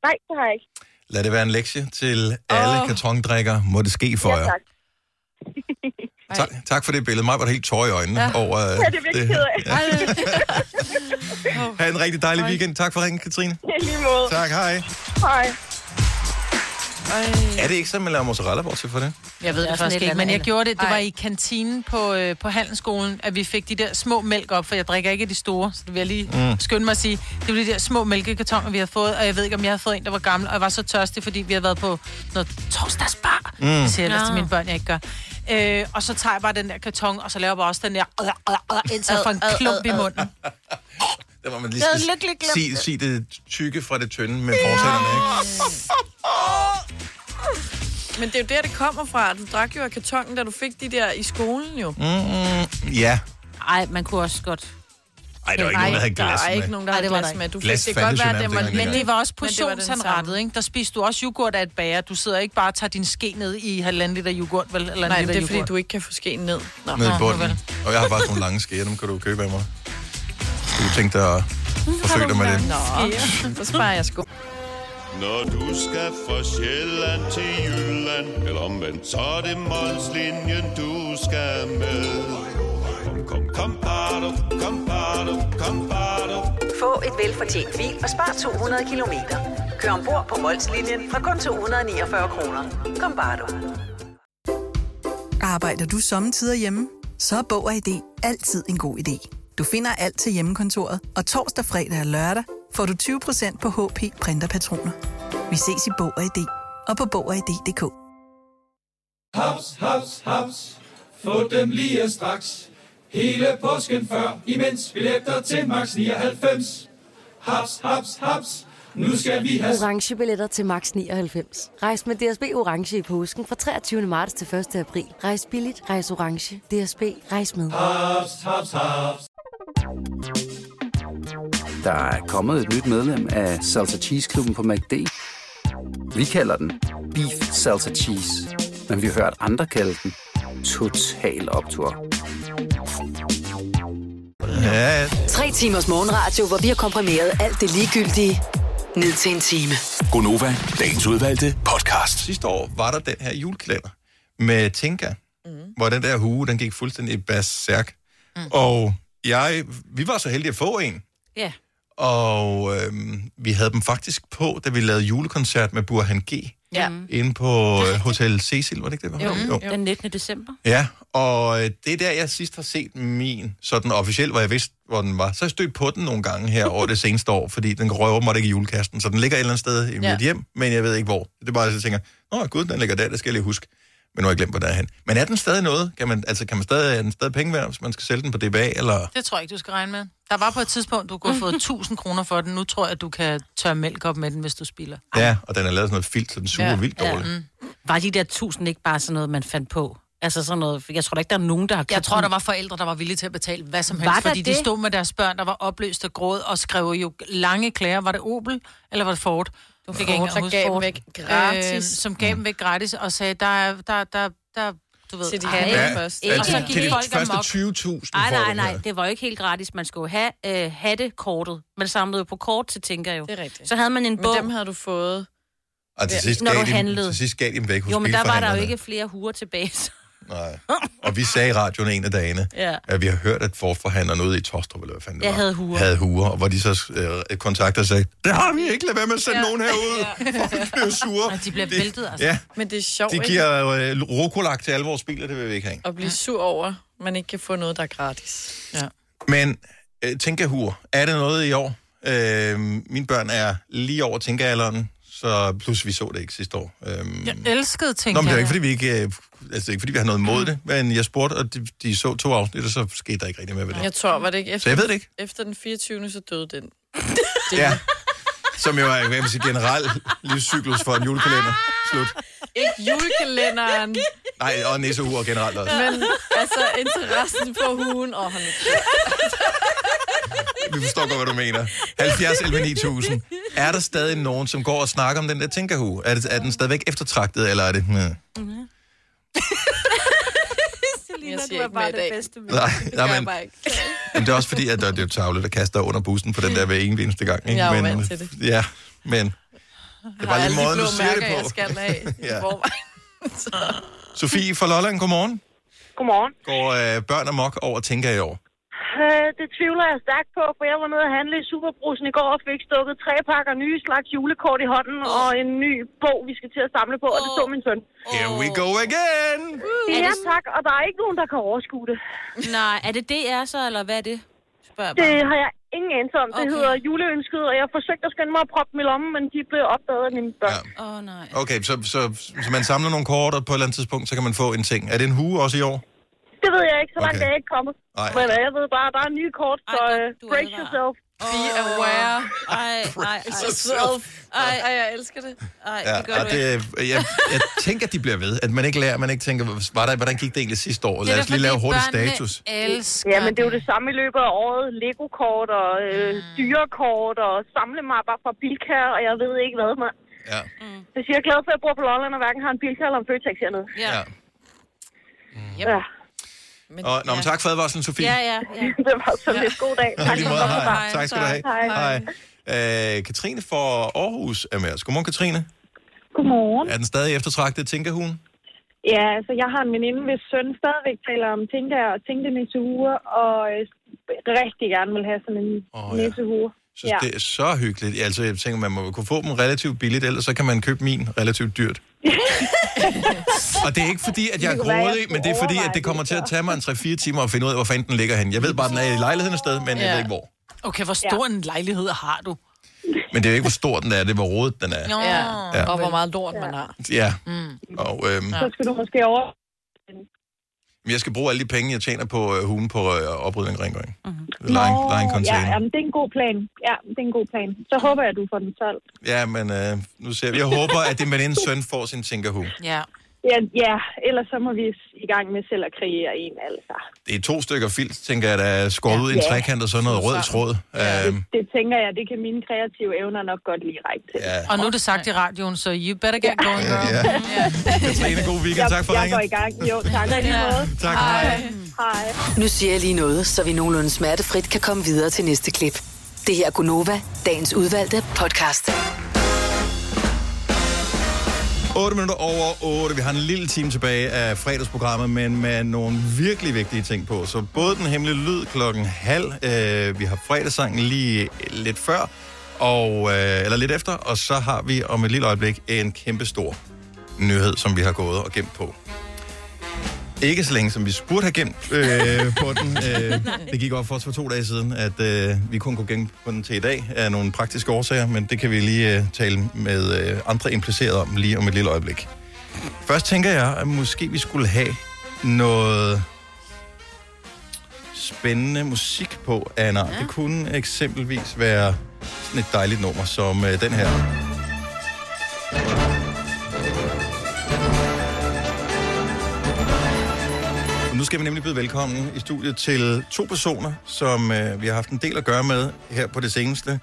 [SPEAKER 15] Nej, det har jeg ikke.
[SPEAKER 1] Lad det være en lektie til alle oh. kartondrikker. Må det ske for jer.
[SPEAKER 15] tak.
[SPEAKER 1] Tak, tak for det billede. Mig var helt tårer i øjnene ja. over øh,
[SPEAKER 15] Ja, det er virkelig ked af.
[SPEAKER 1] Ha' en rigtig dejlig weekend. Tak for ringen, Katrine.
[SPEAKER 15] I lige måde.
[SPEAKER 1] Tak, hej.
[SPEAKER 15] Hej.
[SPEAKER 1] Er det ikke sådan, man laver mozzarella bortset for det?
[SPEAKER 2] Jeg ved
[SPEAKER 3] Det er
[SPEAKER 2] det
[SPEAKER 3] sådan et
[SPEAKER 2] faktisk
[SPEAKER 3] eller
[SPEAKER 2] ikke, men
[SPEAKER 3] andet
[SPEAKER 2] jeg gjorde det. Det var
[SPEAKER 3] andet.
[SPEAKER 2] i kantinen på, øh, på handelsskolen, at vi fik de der små mælk op, for jeg drikker ikke de store, så det vil jeg lige
[SPEAKER 3] Mm.
[SPEAKER 2] mm. skynde mig at sige. Det var de der små mælkekartoner, vi havde fået, og jeg ved ikke, om jeg havde fået en, der var gammel, og jeg var så tørstig, fordi vi havde været på noget torsdagsbar,
[SPEAKER 3] Mm.
[SPEAKER 2] mm. siger jeg ellers
[SPEAKER 3] Nå.
[SPEAKER 2] til mine børn, jeg ikke gør. Øh, og så tager jeg bare den der karton, og så laver jeg bare også den der, øh, øh, øh, indtil jeg får en
[SPEAKER 3] Ad, ad,
[SPEAKER 2] klump i
[SPEAKER 3] ad.
[SPEAKER 2] munden.
[SPEAKER 1] Der var man lige
[SPEAKER 2] Jeg havde
[SPEAKER 1] skal
[SPEAKER 2] lykkelig glemt
[SPEAKER 1] sige,
[SPEAKER 2] det.
[SPEAKER 1] sige det tykke fra det tynde med fortællerne, ikke?
[SPEAKER 4] Men det er jo der, det kommer fra. Du drak jo af kartongen, da du fik de der i skolen jo.
[SPEAKER 1] Mm, ja.
[SPEAKER 3] Ej, man kunne også godt.
[SPEAKER 1] Ej, der var ikke nogen, der havde glas
[SPEAKER 4] Der er
[SPEAKER 1] med.
[SPEAKER 4] ikke nogen, der havde
[SPEAKER 2] det var
[SPEAKER 4] glas
[SPEAKER 2] der
[SPEAKER 4] med. Du fik
[SPEAKER 1] Glas
[SPEAKER 4] det kan godt
[SPEAKER 1] fandtes jo
[SPEAKER 4] være, at det
[SPEAKER 1] nærmest
[SPEAKER 4] var
[SPEAKER 1] ikke
[SPEAKER 2] Men
[SPEAKER 1] engang.
[SPEAKER 2] det var også
[SPEAKER 4] Men det var den
[SPEAKER 2] portionsanrettet, ikke? Der spiste du også yoghurt af et bager. Du sidder ikke bare og tager din ske ned i halvanden liter yoghurt, vel? Eller
[SPEAKER 4] Nej,
[SPEAKER 2] liter
[SPEAKER 4] det er, fordi
[SPEAKER 2] yoghurt.
[SPEAKER 4] du ikke kan få skeen ned. Nå.
[SPEAKER 1] nede i
[SPEAKER 4] Nå,
[SPEAKER 1] bunden.
[SPEAKER 4] vel.
[SPEAKER 1] Og jeg har faktisk nogle lange skeer, dem kan du købe af mig. Skal du tænke dig at forsøge dig med det?
[SPEAKER 4] Nå, så sparer jeg sko.
[SPEAKER 16] Når du skal fra Sjælland til Jylland, eller omvendt, så er det Molslinjen, du skal med. Kom, kom, kom, bado, kom, bado, kom, bado.
[SPEAKER 17] Få et velfortjent bil og spar 200 kilometer. Kør ombord på Molslinjen fra kun 249 kroner. Kom bare du.
[SPEAKER 18] Arbejder du sommetider hjemme? Så er Bog og ID altid en god idé. Du finder alt til hjemmekontoret, og torsdag, fredag og lørdag får du 20% på HP printerpatroner. Vi ses i Bog og ID og på Bog og ID.dk.
[SPEAKER 9] Haps, haps, haps. Få dem lige straks. Hele påsken før, imens billetter til max 99. Haps, haps, haps. Nu skal vi have
[SPEAKER 10] orange billetter til max 99. Rejs med DSB orange i påsken fra 23. marts til 1. april. Rejs billigt, rejs orange. DSB rejs med.
[SPEAKER 9] haps, haps, haps.
[SPEAKER 19] Der er kommet et nyt medlem af Salsa Cheese Klubben på MACD. Vi kalder den Beef Salsa Cheese, men vi har hørt andre kalde den Total Optor.
[SPEAKER 1] Ja,
[SPEAKER 5] Tre timers morgenradio, hvor vi har komprimeret alt det ligegyldige ned til en time.
[SPEAKER 1] Gonova, dagens udvalgte podcast. Sidste år var der den her julekalender med Tinka, mm. hvor den der hue, den gik fuldstændig berserk. Mm. Og jeg, vi var så heldige at få en,
[SPEAKER 3] Ja.
[SPEAKER 1] og øhm, vi havde dem faktisk på, da vi lavede julekoncert med Burhan G.
[SPEAKER 3] Ja.
[SPEAKER 1] Inde på øh, Hotel Cecil, var det ikke det? var?
[SPEAKER 3] Jo, jo. den 19. december.
[SPEAKER 1] Ja, og øh, det er der, jeg sidst har set min sådan officielt, hvor jeg vidste, hvor den var. Så har jeg stødt på den nogle gange her over det seneste år, fordi den røver mig ikke i julekasten. Så den ligger et eller andet sted i
[SPEAKER 20] Ja.
[SPEAKER 1] ja. mit hjem, men jeg ved ikke hvor. Det er bare, at jeg tænker, nå gud, den ligger der, det skal jeg lige huske. Men nu har jeg glemt, hvor den er hen. Men er den stadig noget? Kan man, altså, kan man stadig, er den stadig penge værd, hvis man skal sælge den på DBA? Eller?
[SPEAKER 2] Det tror jeg ikke, du skal regne med. Der var på et tidspunkt, du kunne have fået 1000 kroner for den. Nu tror jeg, at du kan tørre mælk op med den, hvis du spiller.
[SPEAKER 1] Ja, og den er lavet sådan noget filt, så den suger ja. vildt dårligt. Ja.
[SPEAKER 3] Mm. Var de der tusind ikke bare sådan noget, man fandt på? Altså sådan noget, for jeg tror da ikke, der er nogen, der har
[SPEAKER 2] Jeg tror, der var forældre, der var villige til at betale hvad som helst,
[SPEAKER 3] Var der
[SPEAKER 2] fordi
[SPEAKER 3] det?
[SPEAKER 2] de stod med deres børn, der var opløst af gråd og skrev jo lange klager. Var det Opel, eller var det Ford? Du
[SPEAKER 4] Ford, der gav dem væk gratis.
[SPEAKER 2] Øhm,
[SPEAKER 3] Øhm,
[SPEAKER 2] som gav dem væk gratis og sagde, der er, der, der, der, du ved,
[SPEAKER 4] Til de
[SPEAKER 2] hatte
[SPEAKER 4] Ja, først.
[SPEAKER 1] altså,
[SPEAKER 2] så
[SPEAKER 1] til de
[SPEAKER 2] gik folk
[SPEAKER 1] første
[SPEAKER 2] amok.
[SPEAKER 1] 20.000
[SPEAKER 3] Nej,
[SPEAKER 1] får
[SPEAKER 3] nej,
[SPEAKER 1] den
[SPEAKER 3] nej,
[SPEAKER 1] her.
[SPEAKER 3] det var jo ikke helt gratis. Man skulle have øh, hattekortet. Man samlede jo på kort til tænker jeg jo. Det er rigtigt. Så havde man en
[SPEAKER 4] Men
[SPEAKER 3] bog.
[SPEAKER 4] dem havde du fået.
[SPEAKER 1] Og til sidst,
[SPEAKER 3] Når
[SPEAKER 1] gav
[SPEAKER 3] du
[SPEAKER 1] de, dem-
[SPEAKER 3] handlede.
[SPEAKER 1] til sidst gav de dem væk hos
[SPEAKER 3] Jo, men der var der jo
[SPEAKER 1] bilforhandlerne.
[SPEAKER 3] ikke flere huer tilbage. så-
[SPEAKER 1] Nej. Og vi sagde i radioen en af dagene,
[SPEAKER 3] Ja.
[SPEAKER 1] at vi har hørt, at forforhandlerne ude i Tostrup, eller hvad fanden det
[SPEAKER 3] Jeg
[SPEAKER 1] var,
[SPEAKER 3] havde huer.
[SPEAKER 1] havde huer, og hvor de så øh, kontakter og sagde, det
[SPEAKER 21] Ah,
[SPEAKER 1] har vi ikke, lad være med at sende ja. nogen herud. Folk bliver sure.
[SPEAKER 2] Og de bliver
[SPEAKER 1] Det-
[SPEAKER 2] væltet, altså.
[SPEAKER 1] ja.
[SPEAKER 4] Men det er sjovt,
[SPEAKER 1] De
[SPEAKER 4] ikke?
[SPEAKER 1] giver øh, rokolak til alle vores biler, det vil vi ikke have.
[SPEAKER 4] At blive sur over. man ikke kan få noget, der er gratis. Ja.
[SPEAKER 1] Men øh, tænkahur, er det noget i år? Øh, mine børn er lige over tænkealderen, så plus vi så det ikke sidste år. Øhm,
[SPEAKER 2] Jeg elskede ting.
[SPEAKER 1] Nå, men det er jo ikke, fordi vi ikke, øh, altså, det er ikke, fordi vi har noget imod det, men jeg spurgte, og de, de så to afsnit, og så skete der ikke rigtig mere ved det.
[SPEAKER 4] Jeg tror, var det ikke efter,
[SPEAKER 1] Så jeg ved det ikke.
[SPEAKER 4] efter den 24. så døde den.
[SPEAKER 1] Ja. Som jo er, hvad man siger, generelt livscyklus for en julekalender. Slut.
[SPEAKER 4] Ikke julekalenderen,
[SPEAKER 1] Nej, og nisseuger generelt også.
[SPEAKER 4] men altså interessen for hugen. Åh, oh,
[SPEAKER 1] Vi forstår godt, hvad du mener. 70 11 9000. Er der stadig nogen, som går og snakker om den der tænkerhue? Er, det, er den stadigvæk eftertragtet, eller er det... Hmm.
[SPEAKER 4] jeg siger ikke mere i dag.
[SPEAKER 1] Nej, nej, men, men det er også fordi, at der, det er jo tavle, der kaster under bussen på den der hver evig eneste gang. Ikke?
[SPEAKER 4] Jeg er jo
[SPEAKER 1] men,
[SPEAKER 4] vant til det.
[SPEAKER 1] Ja, men... Det er bare lige måden, du siger det
[SPEAKER 4] Jeg
[SPEAKER 1] på.
[SPEAKER 4] skal af.
[SPEAKER 1] Ja.
[SPEAKER 4] ja.
[SPEAKER 1] Sofie fra Lolland, godmorgen.
[SPEAKER 20] Godmorgen.
[SPEAKER 1] Går øh, børn amok over tænker i år?
[SPEAKER 20] Øh, det tvivler jeg stærkt på, for jeg var nede og handle i Superbrusen i går og fik stukket tre pakker nye slags julekort i hånden og en ny bog, vi skal til at samle på, og det så min søn.
[SPEAKER 1] Here we go again!
[SPEAKER 20] Ja, tak, og der er ikke nogen, der kan overskue det.
[SPEAKER 3] Nej, er det DR så, eller hvad er det? Spørger jeg
[SPEAKER 20] Det
[SPEAKER 3] bare.
[SPEAKER 20] har jeg ingen anelse om. Det
[SPEAKER 3] Okay.
[SPEAKER 20] hedder juleønsket, og jeg forsøgte at skynde mig at proppe dem i lommen, men de blev opdaget af mine børn.
[SPEAKER 3] Åh, oh, nej.
[SPEAKER 1] Okay, så, så, så man samler nogle kort, og på et eller andet tidspunkt, så kan man få en ting. Er det en hue også i år?
[SPEAKER 20] Det ved jeg ikke, så langt
[SPEAKER 1] Okay.
[SPEAKER 20] okay. jeg ikke kommet.
[SPEAKER 1] Nej.
[SPEAKER 20] Men øh, jeg ved bare, der er nye kort, så øh, brace yourself.
[SPEAKER 4] Be aware.
[SPEAKER 3] Ej, ej, ej.
[SPEAKER 4] yourself.
[SPEAKER 3] Ej,
[SPEAKER 4] ej, jeg elsker det.
[SPEAKER 3] Ej,
[SPEAKER 1] Ja,
[SPEAKER 3] det gør
[SPEAKER 1] og
[SPEAKER 3] du ikke.
[SPEAKER 1] det, jeg, jeg tænker, at de bliver ved. At man ikke lærer, man ikke tænker, "Hvor- var der, hvordan gik det egentlig sidste år? Lad os lige lave hurtig status.
[SPEAKER 2] Elsker
[SPEAKER 20] ja, men det er jo det samme i løbet af året. Lego-kort og øh,
[SPEAKER 1] Mm.
[SPEAKER 20] dyrekort og samlemapper fra Bilka, og jeg ved ikke hvad, mand.
[SPEAKER 1] Ja.
[SPEAKER 20] Mm. Så siger jeg er glad for, at jeg bor på Lolland og hverken har en Bilka eller en Føtex hernede.
[SPEAKER 1] Ja.
[SPEAKER 20] Yep. Ja.
[SPEAKER 1] Og, nå, men tak for advarslen, Sofie.
[SPEAKER 20] ja, ja. det var så lidt god dag.
[SPEAKER 1] Og i lige måde,
[SPEAKER 20] for
[SPEAKER 1] hej.
[SPEAKER 20] samarbejdet.
[SPEAKER 1] Tak skal du have.
[SPEAKER 20] Hej.
[SPEAKER 1] Hej. Øh, Katrine fra Aarhus er med os. Godmorgen, Katrine.
[SPEAKER 22] Godmorgen.
[SPEAKER 1] Er den stadig eftertragtet, tænker hun?
[SPEAKER 22] Ja, altså jeg har en veninde, hvis søn stadigvæk taler om tænker og tænkte nissehure, og øh, rigtig gerne vil have sådan en oh,
[SPEAKER 1] ja.
[SPEAKER 22] nissehure.
[SPEAKER 1] Så ja. det er så hyggeligt. Altså, jeg tænker, man må kunne få dem relativt billigt, ellers så kan man købe min relativt dyrt. Og det er ikke fordi, at jeg er
[SPEAKER 22] Det kunne være, jeg
[SPEAKER 1] grådig, men det er
[SPEAKER 22] skulle
[SPEAKER 1] fordi, at
[SPEAKER 22] overveje
[SPEAKER 1] det
[SPEAKER 22] det
[SPEAKER 1] kommer til at tage mig en 3-4 timer at finde ud af, hvor fanden den ligger hen. Jeg ved bare, at den er i lejligheden et sted, men jeg ved ikke hvor.
[SPEAKER 2] Okay, hvor stor en lejlighed har du?
[SPEAKER 1] Men det er jo ikke, hvor stor den er, det er, hvor rodet den er.
[SPEAKER 2] Nå,
[SPEAKER 1] Ja.
[SPEAKER 2] ja. og Mm. hvor meget lort man har.
[SPEAKER 1] Ja. Og øhm,
[SPEAKER 22] Så skal du måske over...
[SPEAKER 1] jeg skal bruge alle de penge, jeg tjener på øh, hugen på øh, oprydning og rengøring. Line,
[SPEAKER 22] Nå,
[SPEAKER 1] line
[SPEAKER 22] ja,
[SPEAKER 1] container.
[SPEAKER 22] jamen, det er en god plan. Ja, det er en god plan. Så håber jeg, at du får den solgt.
[SPEAKER 1] Ja, men øh, nu ser vi. Jeg håber, at din veninde søn får sin tænkerhue.
[SPEAKER 22] Ja. Ja, ja, ellers så må vi i gang med selv at kreere en, altså.
[SPEAKER 1] Det er to stykker filt, tænker jeg, der er skåret ud i en
[SPEAKER 22] Ja.
[SPEAKER 1] trekant og sådan noget rød tråd. Øhm,
[SPEAKER 22] Det tænker jeg, det kan mine kreative evner nok godt lige række til.
[SPEAKER 1] Ja.
[SPEAKER 2] Og nu er det sagt i radioen, så you better get going, girl.
[SPEAKER 1] Ja. Katrine, god weekend. Tak for
[SPEAKER 22] jeg,
[SPEAKER 1] ringen.
[SPEAKER 22] Jeg går i gang. Jo, tak.
[SPEAKER 5] Ja.
[SPEAKER 1] Tak.
[SPEAKER 5] Hej.
[SPEAKER 22] Hej.
[SPEAKER 5] Nu siger jeg lige noget, så vi nogenlunde smertefrit kan komme videre til næste klip. Det her er Gunova, dagens udvalgte podcast.
[SPEAKER 1] 8 minutter over 8. Vi har en lille time tilbage af fredagsprogrammet, men med nogle virkelig vigtige ting på. Så både den hemmelige lyd klokken halv, øh, vi har fredagssangen lige lidt før, og, øh, eller lidt efter, og så har vi om et lille øjeblik en kæmpe stor nyhed, som vi har gået og gemt på. Ikke så længe, som vi spurgte have gemt øh, på den. Øh, det gik op for os for to dage siden, at øh, vi kun kunne gemme på den til i dag af nogle praktiske årsager, men det kan vi lige øh, tale med øh, andre implicerede om lige om et lille øjeblik. Først tænker jeg, at måske vi skulle have noget spændende musik på, Anna. Ja. Det kunne eksempelvis være sådan et dejligt nummer som øh, den her. Og nu skal vi nemlig byde velkommen i studiet til to personer, som øh, vi har haft en del at gøre med her på det seneste.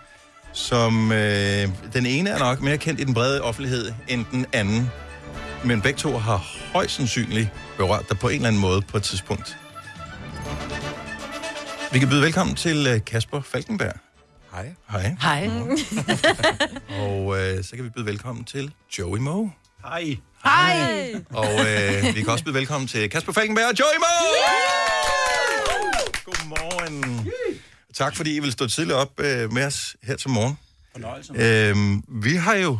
[SPEAKER 1] Som øh, den ene er nok mere kendt i den brede offentlighed end den anden. Men begge to har højst sandsynligt berørt dig på en eller anden måde på et tidspunkt. Vi kan byde velkommen til øh, Kasper Falkenberg. Hej. Hej.
[SPEAKER 2] Hej.
[SPEAKER 1] Og øh, så kan vi byde velkommen til Joey Moe. Hej.
[SPEAKER 2] Hej.
[SPEAKER 1] Og øh, vi kan også byde velkommen til Kasper Falkenberg og Joey Moe. Godmorgen. Tak fordi I vil stå tidligt op øh, med os her til morgen.
[SPEAKER 11] Fornøjelse.
[SPEAKER 1] Øhm, vi har jo...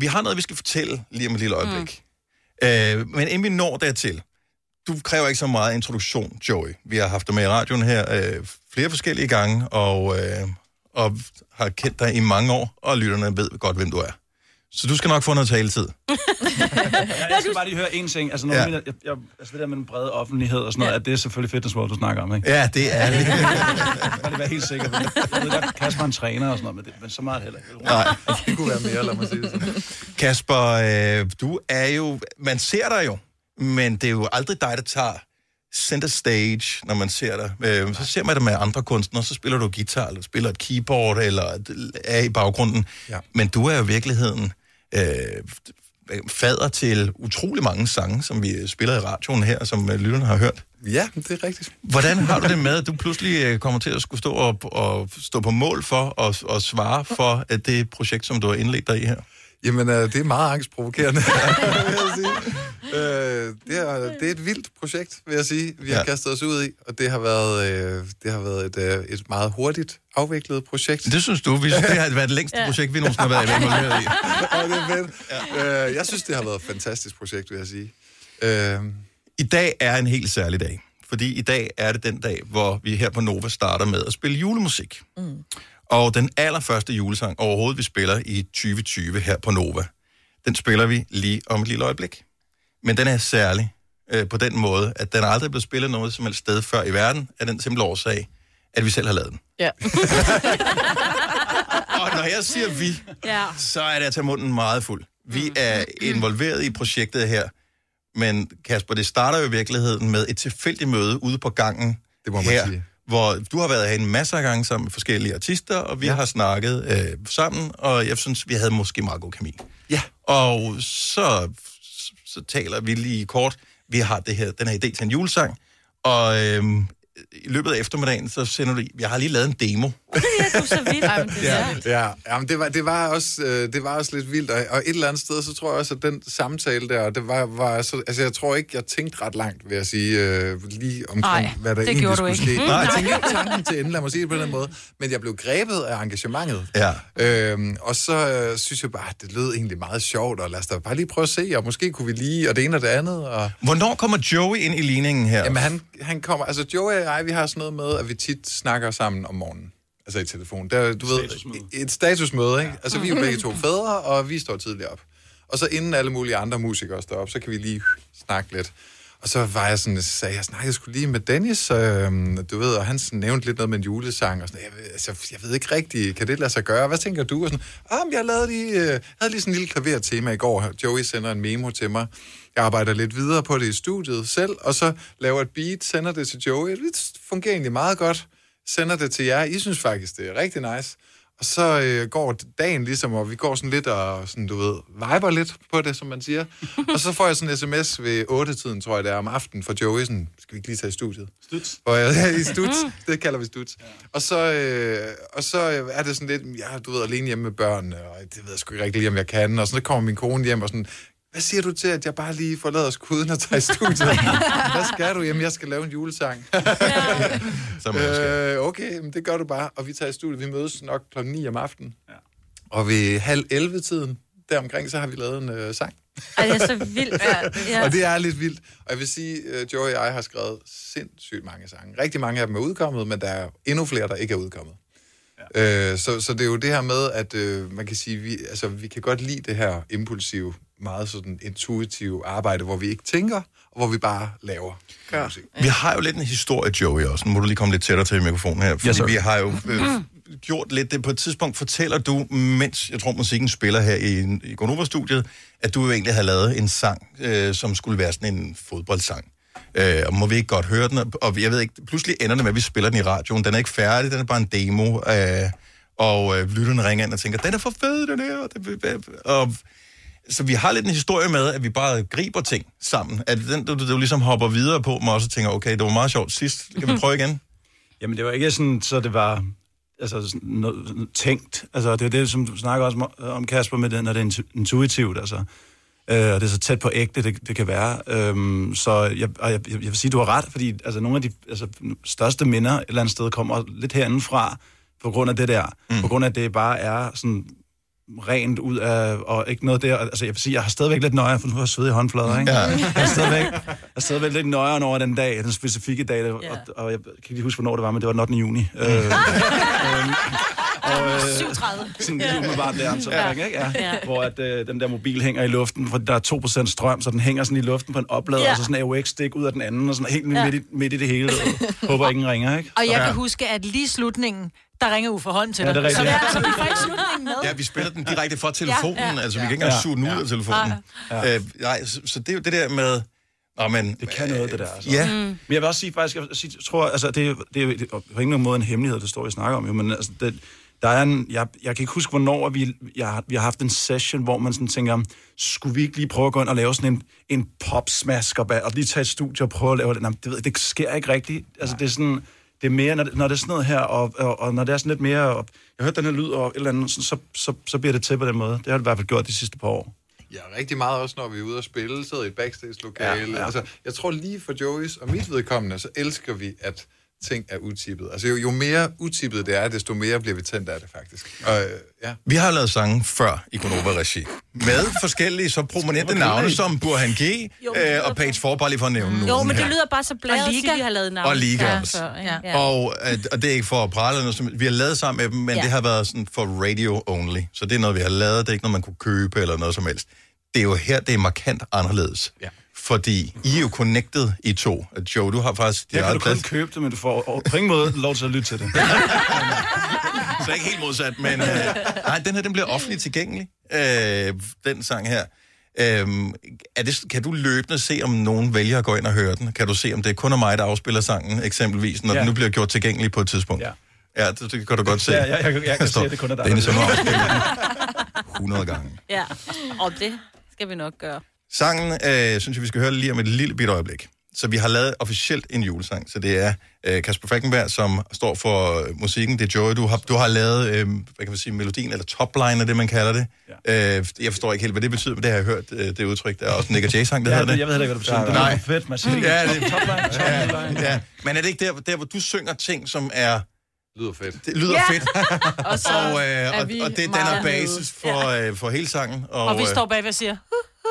[SPEAKER 1] Vi har noget, vi skal fortælle lige om et lille øjeblik. Mm. Øh, men inden vi når dertil, du kræver ikke så meget introduktion, Joey. Vi har haft dig med i radioen her øh, flere forskellige gange, og, øh, og har kendt dig i mange år, og lytterne ved godt, hvem du er. Så du skal nok få noget taletid.
[SPEAKER 8] jeg, jeg skal bare lige høre en ting. Altså, når
[SPEAKER 1] Ja.
[SPEAKER 8] ja. jeg, jeg, jeg, altså det der med den brede offentlighed og sådan noget, ja. at det er selvfølgelig fitness world, du snakker om, ikke?
[SPEAKER 1] Ja, det er det.
[SPEAKER 8] Bare lige være helt sikker på det. Jeg ved godt, Kasper er en træner og sådan noget, men, det, men så meget heller ikke.
[SPEAKER 1] Nej, det kunne være mere, lad mig sige det sådan. Kasper, øh, du er jo... Man ser dig jo, men det er jo aldrig dig, der tager center stage, når man ser dig. Øh, så ser man dig med andre kunstnere, så spiller du guitar, eller spiller et keyboard, eller er i baggrunden. Ja. Men du er jo i virkeligheden øh, fader til utrolig mange sange, som vi øh, spiller i radioen her, som øh, lytterne har hørt.
[SPEAKER 21] Ja, det er rigtigt.
[SPEAKER 1] Hvordan har du det med, at du pludselig øh, kommer til at skulle stå op og stå på mål for og, og svare for at det projekt, som du har indledt dig i her?
[SPEAKER 21] Jamen, øh, det er meget angstprovokerende. vil jeg sige. Øh, det, er, det er et vildt projekt, vil jeg sige, vi har
[SPEAKER 1] Ja.
[SPEAKER 21] ja. kastet os ud i, og det har været, øh, det har været et, øh, et meget hurtigt afviklet projekt.
[SPEAKER 1] Det synes du, vi synes, det har været det længste projekt, vi nogensinde har været involveret i.
[SPEAKER 21] ja, det er fedt. Ja. Øh, jeg synes, det har været et fantastisk projekt, vil jeg sige. Øhm.
[SPEAKER 1] I dag er en helt særlig dag, fordi i dag er det den dag, hvor vi her på Nova starter med at spille julemusik.
[SPEAKER 23] Mm.
[SPEAKER 1] Og den allerførste julesang overhovedet, vi spiller i 2020 her på Nova, den spiller vi lige om et lille øjeblik. Men den er særlig øh, på den måde, at den aldrig er blevet spillet noget som helst sted før i verden, af den simple årsag, at vi selv har lavet den.
[SPEAKER 4] Ja.
[SPEAKER 1] Og når jeg siger vi,
[SPEAKER 4] ja.
[SPEAKER 1] så er det at tage munden meget fuld. Vi er involveret i projektet her, men Kasper, det starter jo i virkeligheden med et tilfældigt møde ude på gangen det må
[SPEAKER 21] man
[SPEAKER 1] her,
[SPEAKER 21] sige.
[SPEAKER 1] hvor du har været her en masse af gange sammen med forskellige artister, og vi ja. har snakket øh, sammen, og jeg synes, vi havde måske meget god kemi.
[SPEAKER 21] Ja.
[SPEAKER 1] Og så, så, så taler vi lige kort, vi har det her, den her idé til en julesang, og øh, i løbet af eftermiddagen, så sender du, jeg har lige lavet en demo.
[SPEAKER 21] ja, ja. Jamen, det, var, det, var også, øh, det var også lidt vildt, og, og et eller andet sted, så tror jeg også, at den samtale der, det var, var så, altså jeg tror ikke, jeg tænkte ret langt, vil jeg sige, øh, lige omkring,
[SPEAKER 23] Nej,
[SPEAKER 21] Ej, hvad der
[SPEAKER 23] det
[SPEAKER 21] egentlig
[SPEAKER 23] gjorde du
[SPEAKER 21] skulle
[SPEAKER 23] ikke.
[SPEAKER 21] ske.
[SPEAKER 23] Mm,
[SPEAKER 21] Nej, jeg
[SPEAKER 23] nej.
[SPEAKER 21] tænkte ikke tanken til enden, lad mig sige det på den måde, men jeg blev grebet af engagementet.
[SPEAKER 1] Ja.
[SPEAKER 21] Øhm, og så øh, synes jeg bare, at det lød egentlig meget sjovt, og lad os da bare lige prøve at se, og måske kunne vi lige, og det ene og det andet. Og...
[SPEAKER 1] Hvornår kommer Joey ind i ligningen her?
[SPEAKER 21] Jamen han, han kommer, altså Joey og jeg, vi har sådan noget med, at vi tit snakker sammen om morgenen. Altså i telefon. Der, du ved, et statusmøde, ikke? Altså vi er jo begge to fædre, og vi står tidligere op. Og så inden alle mulige andre musikere står op, så kan vi lige snakke lidt. Og så var jeg sådan, sagde, jeg snakkede sgu lige med Dennis, øh, du ved, og han sådan nævnte lidt noget med en julesang, og sådan, jeg, ved- altså, jeg ved ikke rigtigt, kan det lade sig gøre? Hvad tænker du? Og sådan, ah, men jeg lavede lige, øh, havde lige sådan en lille klavertema i går, Joey sender en memo til mig, jeg arbejder lidt videre på det i studiet selv, og så laver et beat, sender det til Joey, det fungerer egentlig meget godt, sender det til jer, I synes faktisk, det er rigtig nice. Og så øh, går dagen ligesom, og vi går sådan lidt og, sådan, du ved, viber lidt på det, som man siger. og så får jeg sådan en sms ved 8-tiden, tror jeg det er, om aftenen fra Joey, sådan, skal vi ikke lige tage i studiet?
[SPEAKER 8] Studs.
[SPEAKER 21] Hvor jeg er i studs,
[SPEAKER 1] Mm.
[SPEAKER 23] Mm.
[SPEAKER 21] det kalder vi studs. Og så, øh, og så øh, er det sådan lidt, ja, du ved, alene hjemme med børnene, og det ved jeg sgu ikke rigtig lige, om jeg kan. Og så kommer min kone hjem og sådan, hvad siger du til, at jeg bare lige forlader skuden og tager i studiet? hvad skal du? Jamen, jeg skal lave en julesang.
[SPEAKER 1] Så
[SPEAKER 21] øh, okay, men det gør du bare. Og vi tager i studiet. Vi mødes nok kl. 9 om aftenen. Ja. Og ved halv 11-tiden, deromkring, så har vi lavet en øh, sang.
[SPEAKER 3] Ej, det er så vildt. Ja, ja.
[SPEAKER 21] Og det er lidt vildt. Og jeg vil sige, at Joey og jeg har skrevet sindssygt mange sange. Rigtig mange af dem er udkommet, men der er endnu flere, der ikke er udkommet. Ja. Øh, så, så det er jo det her med, at øh, man kan sige, vi, altså, vi kan godt lide det her impulsive, meget sådan intuitive arbejde, hvor vi ikke tænker, og hvor vi bare laver. Gør.
[SPEAKER 1] Vi har jo lidt en historie, Joey, også. Nu må du lige komme lidt tættere til mikrofonen her. Fordi
[SPEAKER 21] Yes,
[SPEAKER 1] yes,
[SPEAKER 21] sir.
[SPEAKER 1] vi har jo øh, gjort lidt det. På et tidspunkt fortæller du, mens jeg tror musikken spiller her i, i Gonova-studiet, at du jo egentlig havde lavet en sang, øh, som skulle være sådan en fodboldsang. Øh, og må vi ikke godt høre den? Og jeg ved ikke, pludselig ender det med, at vi spiller den i radioen. Den er ikke færdig, den er bare en demo. Øh, og øh, lytterne ringer ind og tænker, den er for fed, den her. Og, det, og så vi har lidt en historie med, at vi bare griber ting sammen. At den, du, du, du ligesom hopper videre på mig, og så tænker, okay, det var meget sjovt sidst. Kan vi prøve igen?
[SPEAKER 8] Jamen, det var ikke sådan, så det var altså, sådan noget, tænkt. Altså, det er det, som du snakker også om- om, Kasper, med den, at det er intu- intuitivt, altså. Øh, og det er så tæt på ægte, det, det kan være. Øhm, så jeg, og jeg, jeg vil sige, du har ret, fordi altså, nogle af de altså, største minder et eller andet sted kommer lidt herindefra, på grund af det der. Mm. På grund af, at det bare er sådan rent ud af, og ikke noget der. Altså, jeg vil sige, jeg har stadigvæk lidt nøjere, for nu har jeg sved i håndflader, ikke?
[SPEAKER 1] Ja.
[SPEAKER 8] Jeg har stadigvæk, jeg har stadigvæk lidt nøjere over den dag, den specifikke dag, der, og, og, jeg kan ikke lige huske, hvornår det var, men det var den 8. juni. Øh, øh, og, øh,
[SPEAKER 3] 37.
[SPEAKER 8] Sådan lige umiddelbart der, så ja. ikke? Ja.
[SPEAKER 3] Ja.
[SPEAKER 8] Hvor at, øh, den der mobil hænger i luften, for der er 2% strøm, så den hænger sådan i luften på en oplader,
[SPEAKER 2] Ja.
[SPEAKER 8] og så sådan en AUX-stik ud af den anden, og sådan helt
[SPEAKER 2] Ja.
[SPEAKER 8] midt, i, midt i det hele. Håber ingen ringer, ikke?
[SPEAKER 2] Og jeg
[SPEAKER 8] ja.
[SPEAKER 2] kan huske, at lige i slutningen, der ringer Uffe Holm til
[SPEAKER 8] Ja,
[SPEAKER 2] dig.
[SPEAKER 8] det er
[SPEAKER 2] så,
[SPEAKER 8] rigtigt.
[SPEAKER 2] så vi får ikke slutningen med.
[SPEAKER 1] Ja, vi spiller den direkte fra telefonen.
[SPEAKER 2] Ja,
[SPEAKER 1] Ja,
[SPEAKER 2] ja.
[SPEAKER 1] ja, altså, vi kan ikke
[SPEAKER 8] Ja.
[SPEAKER 1] engang suge den ud af telefonen.
[SPEAKER 8] Ja.
[SPEAKER 1] Ja. Øh, nej, så, så det er jo det der med... Åh, men, det kan noget, det der. Altså. Ja.
[SPEAKER 8] Mm. Men jeg vil også sige faktisk, jeg, vil sige, jeg tror, altså, det, er- det er jo- det er på ingen måde en hemmelighed, det står, jeg snakker om, jo, men altså, det, der er en, jeg, jeg kan ikke huske, hvornår at vi, jeg, har- vi har haft en session, hvor man sådan tænker, skulle vi ikke lige prøve at gå ind og lave sådan en, en popsmask, og, ba- og lige tage et studie og prøve at lave det? Nej, det, ved jeg, det sker ikke rigtigt. Altså, det er sådan, det er mere, når det, når det er sådan noget her, og, og, og når det er sådan lidt mere, og, jeg hørte den her lyd, og et eller andet, sådan, så, så, så bliver det til på den måde. Det har det i hvert fald gjort de sidste par år.
[SPEAKER 21] Ja, rigtig meget også, når vi er ude og spille, sidder i et backstage-lokale.
[SPEAKER 8] Ja,
[SPEAKER 21] Ja,
[SPEAKER 8] ja.
[SPEAKER 21] ja. Altså, jeg tror lige for Joey's og mit vedkommende, så elsker vi, at ting er utippet. Altså, jo, jo mere utippet det er, desto mere bliver vi tændt af det, faktisk. Og, øh, ja.
[SPEAKER 1] Vi har jo lavet sange før i Gonova-regi. Med forskellige så prominente navne, som Burhan G. Øh, og Page 4, bare lige for at nævne
[SPEAKER 3] Jo,
[SPEAKER 1] nogle
[SPEAKER 3] men det
[SPEAKER 1] her.
[SPEAKER 3] lyder bare så blæret, at sige, vi har lavet navn.
[SPEAKER 1] Og Liga.
[SPEAKER 3] Ja.
[SPEAKER 1] Ja. Og, øh, og det er ikke for at prale eller noget, som- vi har lavet sammen med dem, men
[SPEAKER 3] Ja.
[SPEAKER 1] ja. det har været sådan for radio only. Så det er noget, vi har lavet, det er ikke noget, man kunne købe eller noget som helst. Det er jo her, det er markant anderledes. Ja. Fordi I er jo connected, I to. Joe, du har faktisk...
[SPEAKER 8] Her kan du
[SPEAKER 1] eget
[SPEAKER 8] kun
[SPEAKER 1] plads-
[SPEAKER 8] købe det, men du får på ingen måde lov til at lytte til det.
[SPEAKER 1] Så ikke helt modsat, men... Øh, nej, den her, den bliver offentligt tilgængelig, øh, den sang her. Øhm, er det, kan du løbende se, om nogen vælger at gå ind og høre den? Kan du se, om det er kun er mig, der afspiller sangen, eksempelvis, når ja.
[SPEAKER 8] Ja.
[SPEAKER 1] den nu bliver gjort tilgængelig på et tidspunkt? Ja. Ja, det, det kan du godt se.
[SPEAKER 8] Ja, ja, jeg kan- jeg kan
[SPEAKER 1] Der
[SPEAKER 8] se,
[SPEAKER 1] står,
[SPEAKER 8] at det kun er dig,
[SPEAKER 1] Dennis,
[SPEAKER 8] der
[SPEAKER 1] som
[SPEAKER 8] ved
[SPEAKER 1] har
[SPEAKER 8] det."
[SPEAKER 1] afspillet den 100 gange.
[SPEAKER 3] ja. Og det skal vi nok gøre.
[SPEAKER 1] Sangen øh, synes jeg, vi skal høre lige om et lille bit øjeblik. Så vi har lavet officielt en julesang, så det er øh, Kasper Falkenberg, som står for øh, musikken. Det er Joey, du har, du har lavet, øh, hvad kan man sige, melodien, eller topline er det, man kalder det. Ja. Øh, jeg forstår ikke helt, hvad det betyder, men det har jeg hørt, øh, det udtryk. Der er også en Nick og Jay-sang, der
[SPEAKER 8] Ja,
[SPEAKER 1] hedder det.
[SPEAKER 8] jeg ved heller ikke, hvad det betyder. Det lyder
[SPEAKER 1] Nej.
[SPEAKER 8] for fedt, man siger.
[SPEAKER 1] Ja, det er
[SPEAKER 8] Topline,
[SPEAKER 1] topline. Ja, ja. Men er det ikke der, der, hvor du synger ting, som er...
[SPEAKER 21] Lyder fedt.
[SPEAKER 1] Det lyder
[SPEAKER 2] Ja.
[SPEAKER 1] fedt.
[SPEAKER 2] Og så
[SPEAKER 1] og,
[SPEAKER 2] er
[SPEAKER 1] øh, og,
[SPEAKER 2] vi
[SPEAKER 1] og det
[SPEAKER 2] meget
[SPEAKER 1] danner basis for, øh, for hele sangen. Og,
[SPEAKER 2] Og vi
[SPEAKER 1] øh,
[SPEAKER 2] står bagved og siger...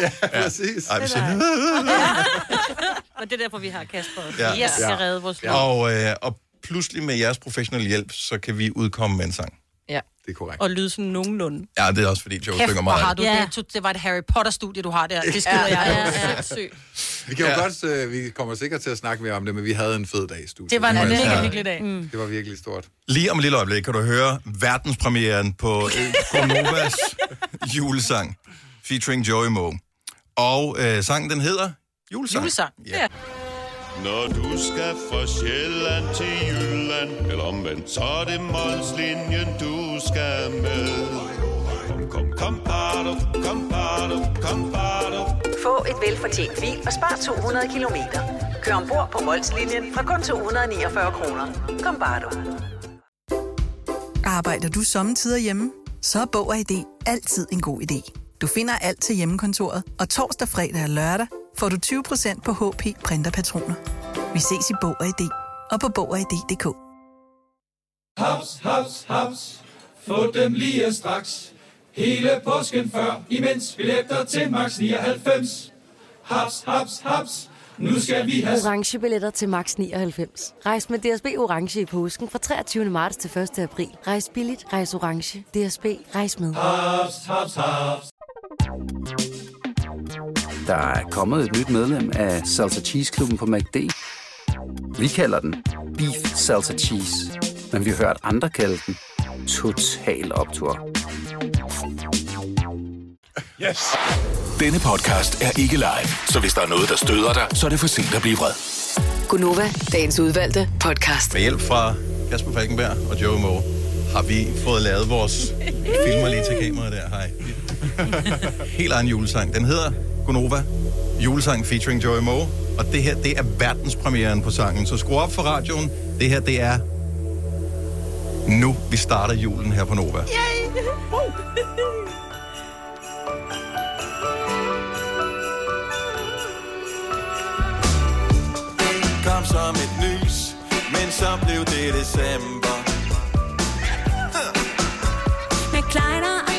[SPEAKER 1] Ja, præcis. Ej, vi siger,
[SPEAKER 3] Og det er derfor, vi har Kasper.
[SPEAKER 1] Ja.
[SPEAKER 3] Ja. Jeg skal
[SPEAKER 1] Ja.
[SPEAKER 3] redde vores liv.
[SPEAKER 1] Og, øh, og pludselig med jeres professionelle hjælp, så kan vi udkomme med en sang.
[SPEAKER 3] Ja.
[SPEAKER 1] Det er korrekt.
[SPEAKER 3] Og lyde sådan nogenlunde.
[SPEAKER 1] Ja, det er også fordi, Joe
[SPEAKER 2] Kæft, hvor
[SPEAKER 1] synger meget.
[SPEAKER 2] har du ja. det. Det var et Harry Potter-studie, du har der. Det skider
[SPEAKER 3] Ja,
[SPEAKER 2] jeg.
[SPEAKER 3] ja,
[SPEAKER 2] Ja,
[SPEAKER 3] ja.
[SPEAKER 2] ja. Sygt.
[SPEAKER 21] Vi, kan jo ja. godt, øh, vi kommer sikkert til at snakke mere om det, men vi havde en fed dag i studiet.
[SPEAKER 2] Det var en
[SPEAKER 21] må jeg
[SPEAKER 2] mega
[SPEAKER 21] sige.
[SPEAKER 2] hyggelig dag. Mm.
[SPEAKER 21] Det var virkelig stort.
[SPEAKER 1] Lige om et lille øjeblik kan du høre verdenspremieren på øh, Gonovas julesang, featuring Joey Moe. Og øh, sangen, den hedder Julesang.
[SPEAKER 16] Julesang.
[SPEAKER 1] Ja.
[SPEAKER 16] Når du skal fra Sjælland til Jylland, eller omvendt, så er det Molslinjen, du skal med. Kom, kom, kom, bado, kom, bado, kom, bado.
[SPEAKER 17] Få et velfortjent bil og spar 200 kilometer. Kør ombord på Molslinjen fra kun 249 kroner. Kom bare du.
[SPEAKER 18] Arbejder du sommetider hjemme? Så er Bog og ID altid en god idé. Du finder alt til hjemmekontoret, og torsdag, fredag og lørdag får du 20% på HP printerpatroner. Vi ses i Bog og ID og på Bog og ID.dk.
[SPEAKER 9] Haps, haps, haps. Få dem lige straks. Hele påsken før, imens billetter til max 99. Haps, haps, haps. Nu skal vi have
[SPEAKER 10] Orange billetter til max 99. Rejs med DSB Orange i påsken fra 23. marts til 1. april. Rejs billigt, rejs orange. DSB, rejs med.
[SPEAKER 9] haps, haps, haps.
[SPEAKER 19] Der er kommet et nyt medlem af Salsa Cheese Klubben på MACD. Vi kalder den Beef Salsa Cheese, men vi har hørt andre kalde den Total Optor.
[SPEAKER 6] Yes. Denne podcast er ikke live, så hvis der er noget, der støder dig, så er det for sent at blive vred.
[SPEAKER 5] Gunova, dagens udvalgte podcast.
[SPEAKER 1] Med hjælp fra Kasper Falkenberg og Joey Moe har vi fået lavet vores filmer lige til kameraet der. Hej. Helt egen julesang. Den hedder Gonova. Julesang featuring Joey Moe. Og det her, det er verdenspremieren på sangen. Så skru op for radioen. Det her, det er nu, vi starter julen her på Nova.
[SPEAKER 7] Det kom som et lys, men så blev det december.
[SPEAKER 23] Med kleider og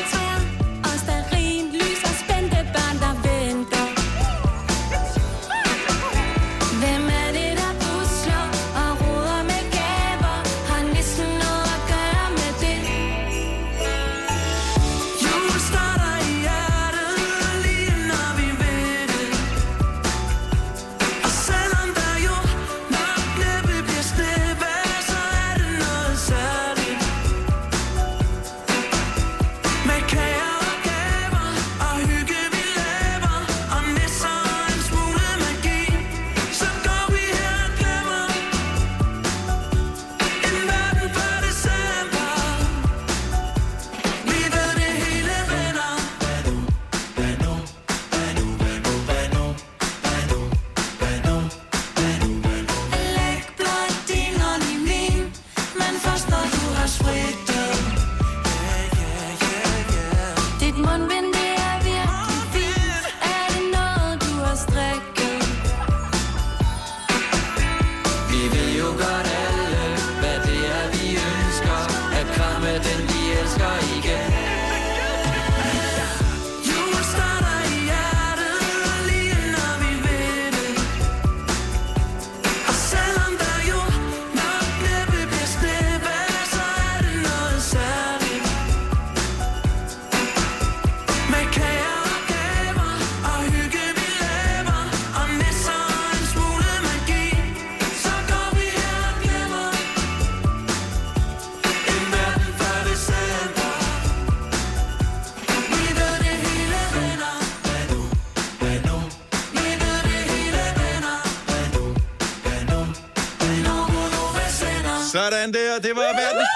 [SPEAKER 1] Sådan der, det var verdens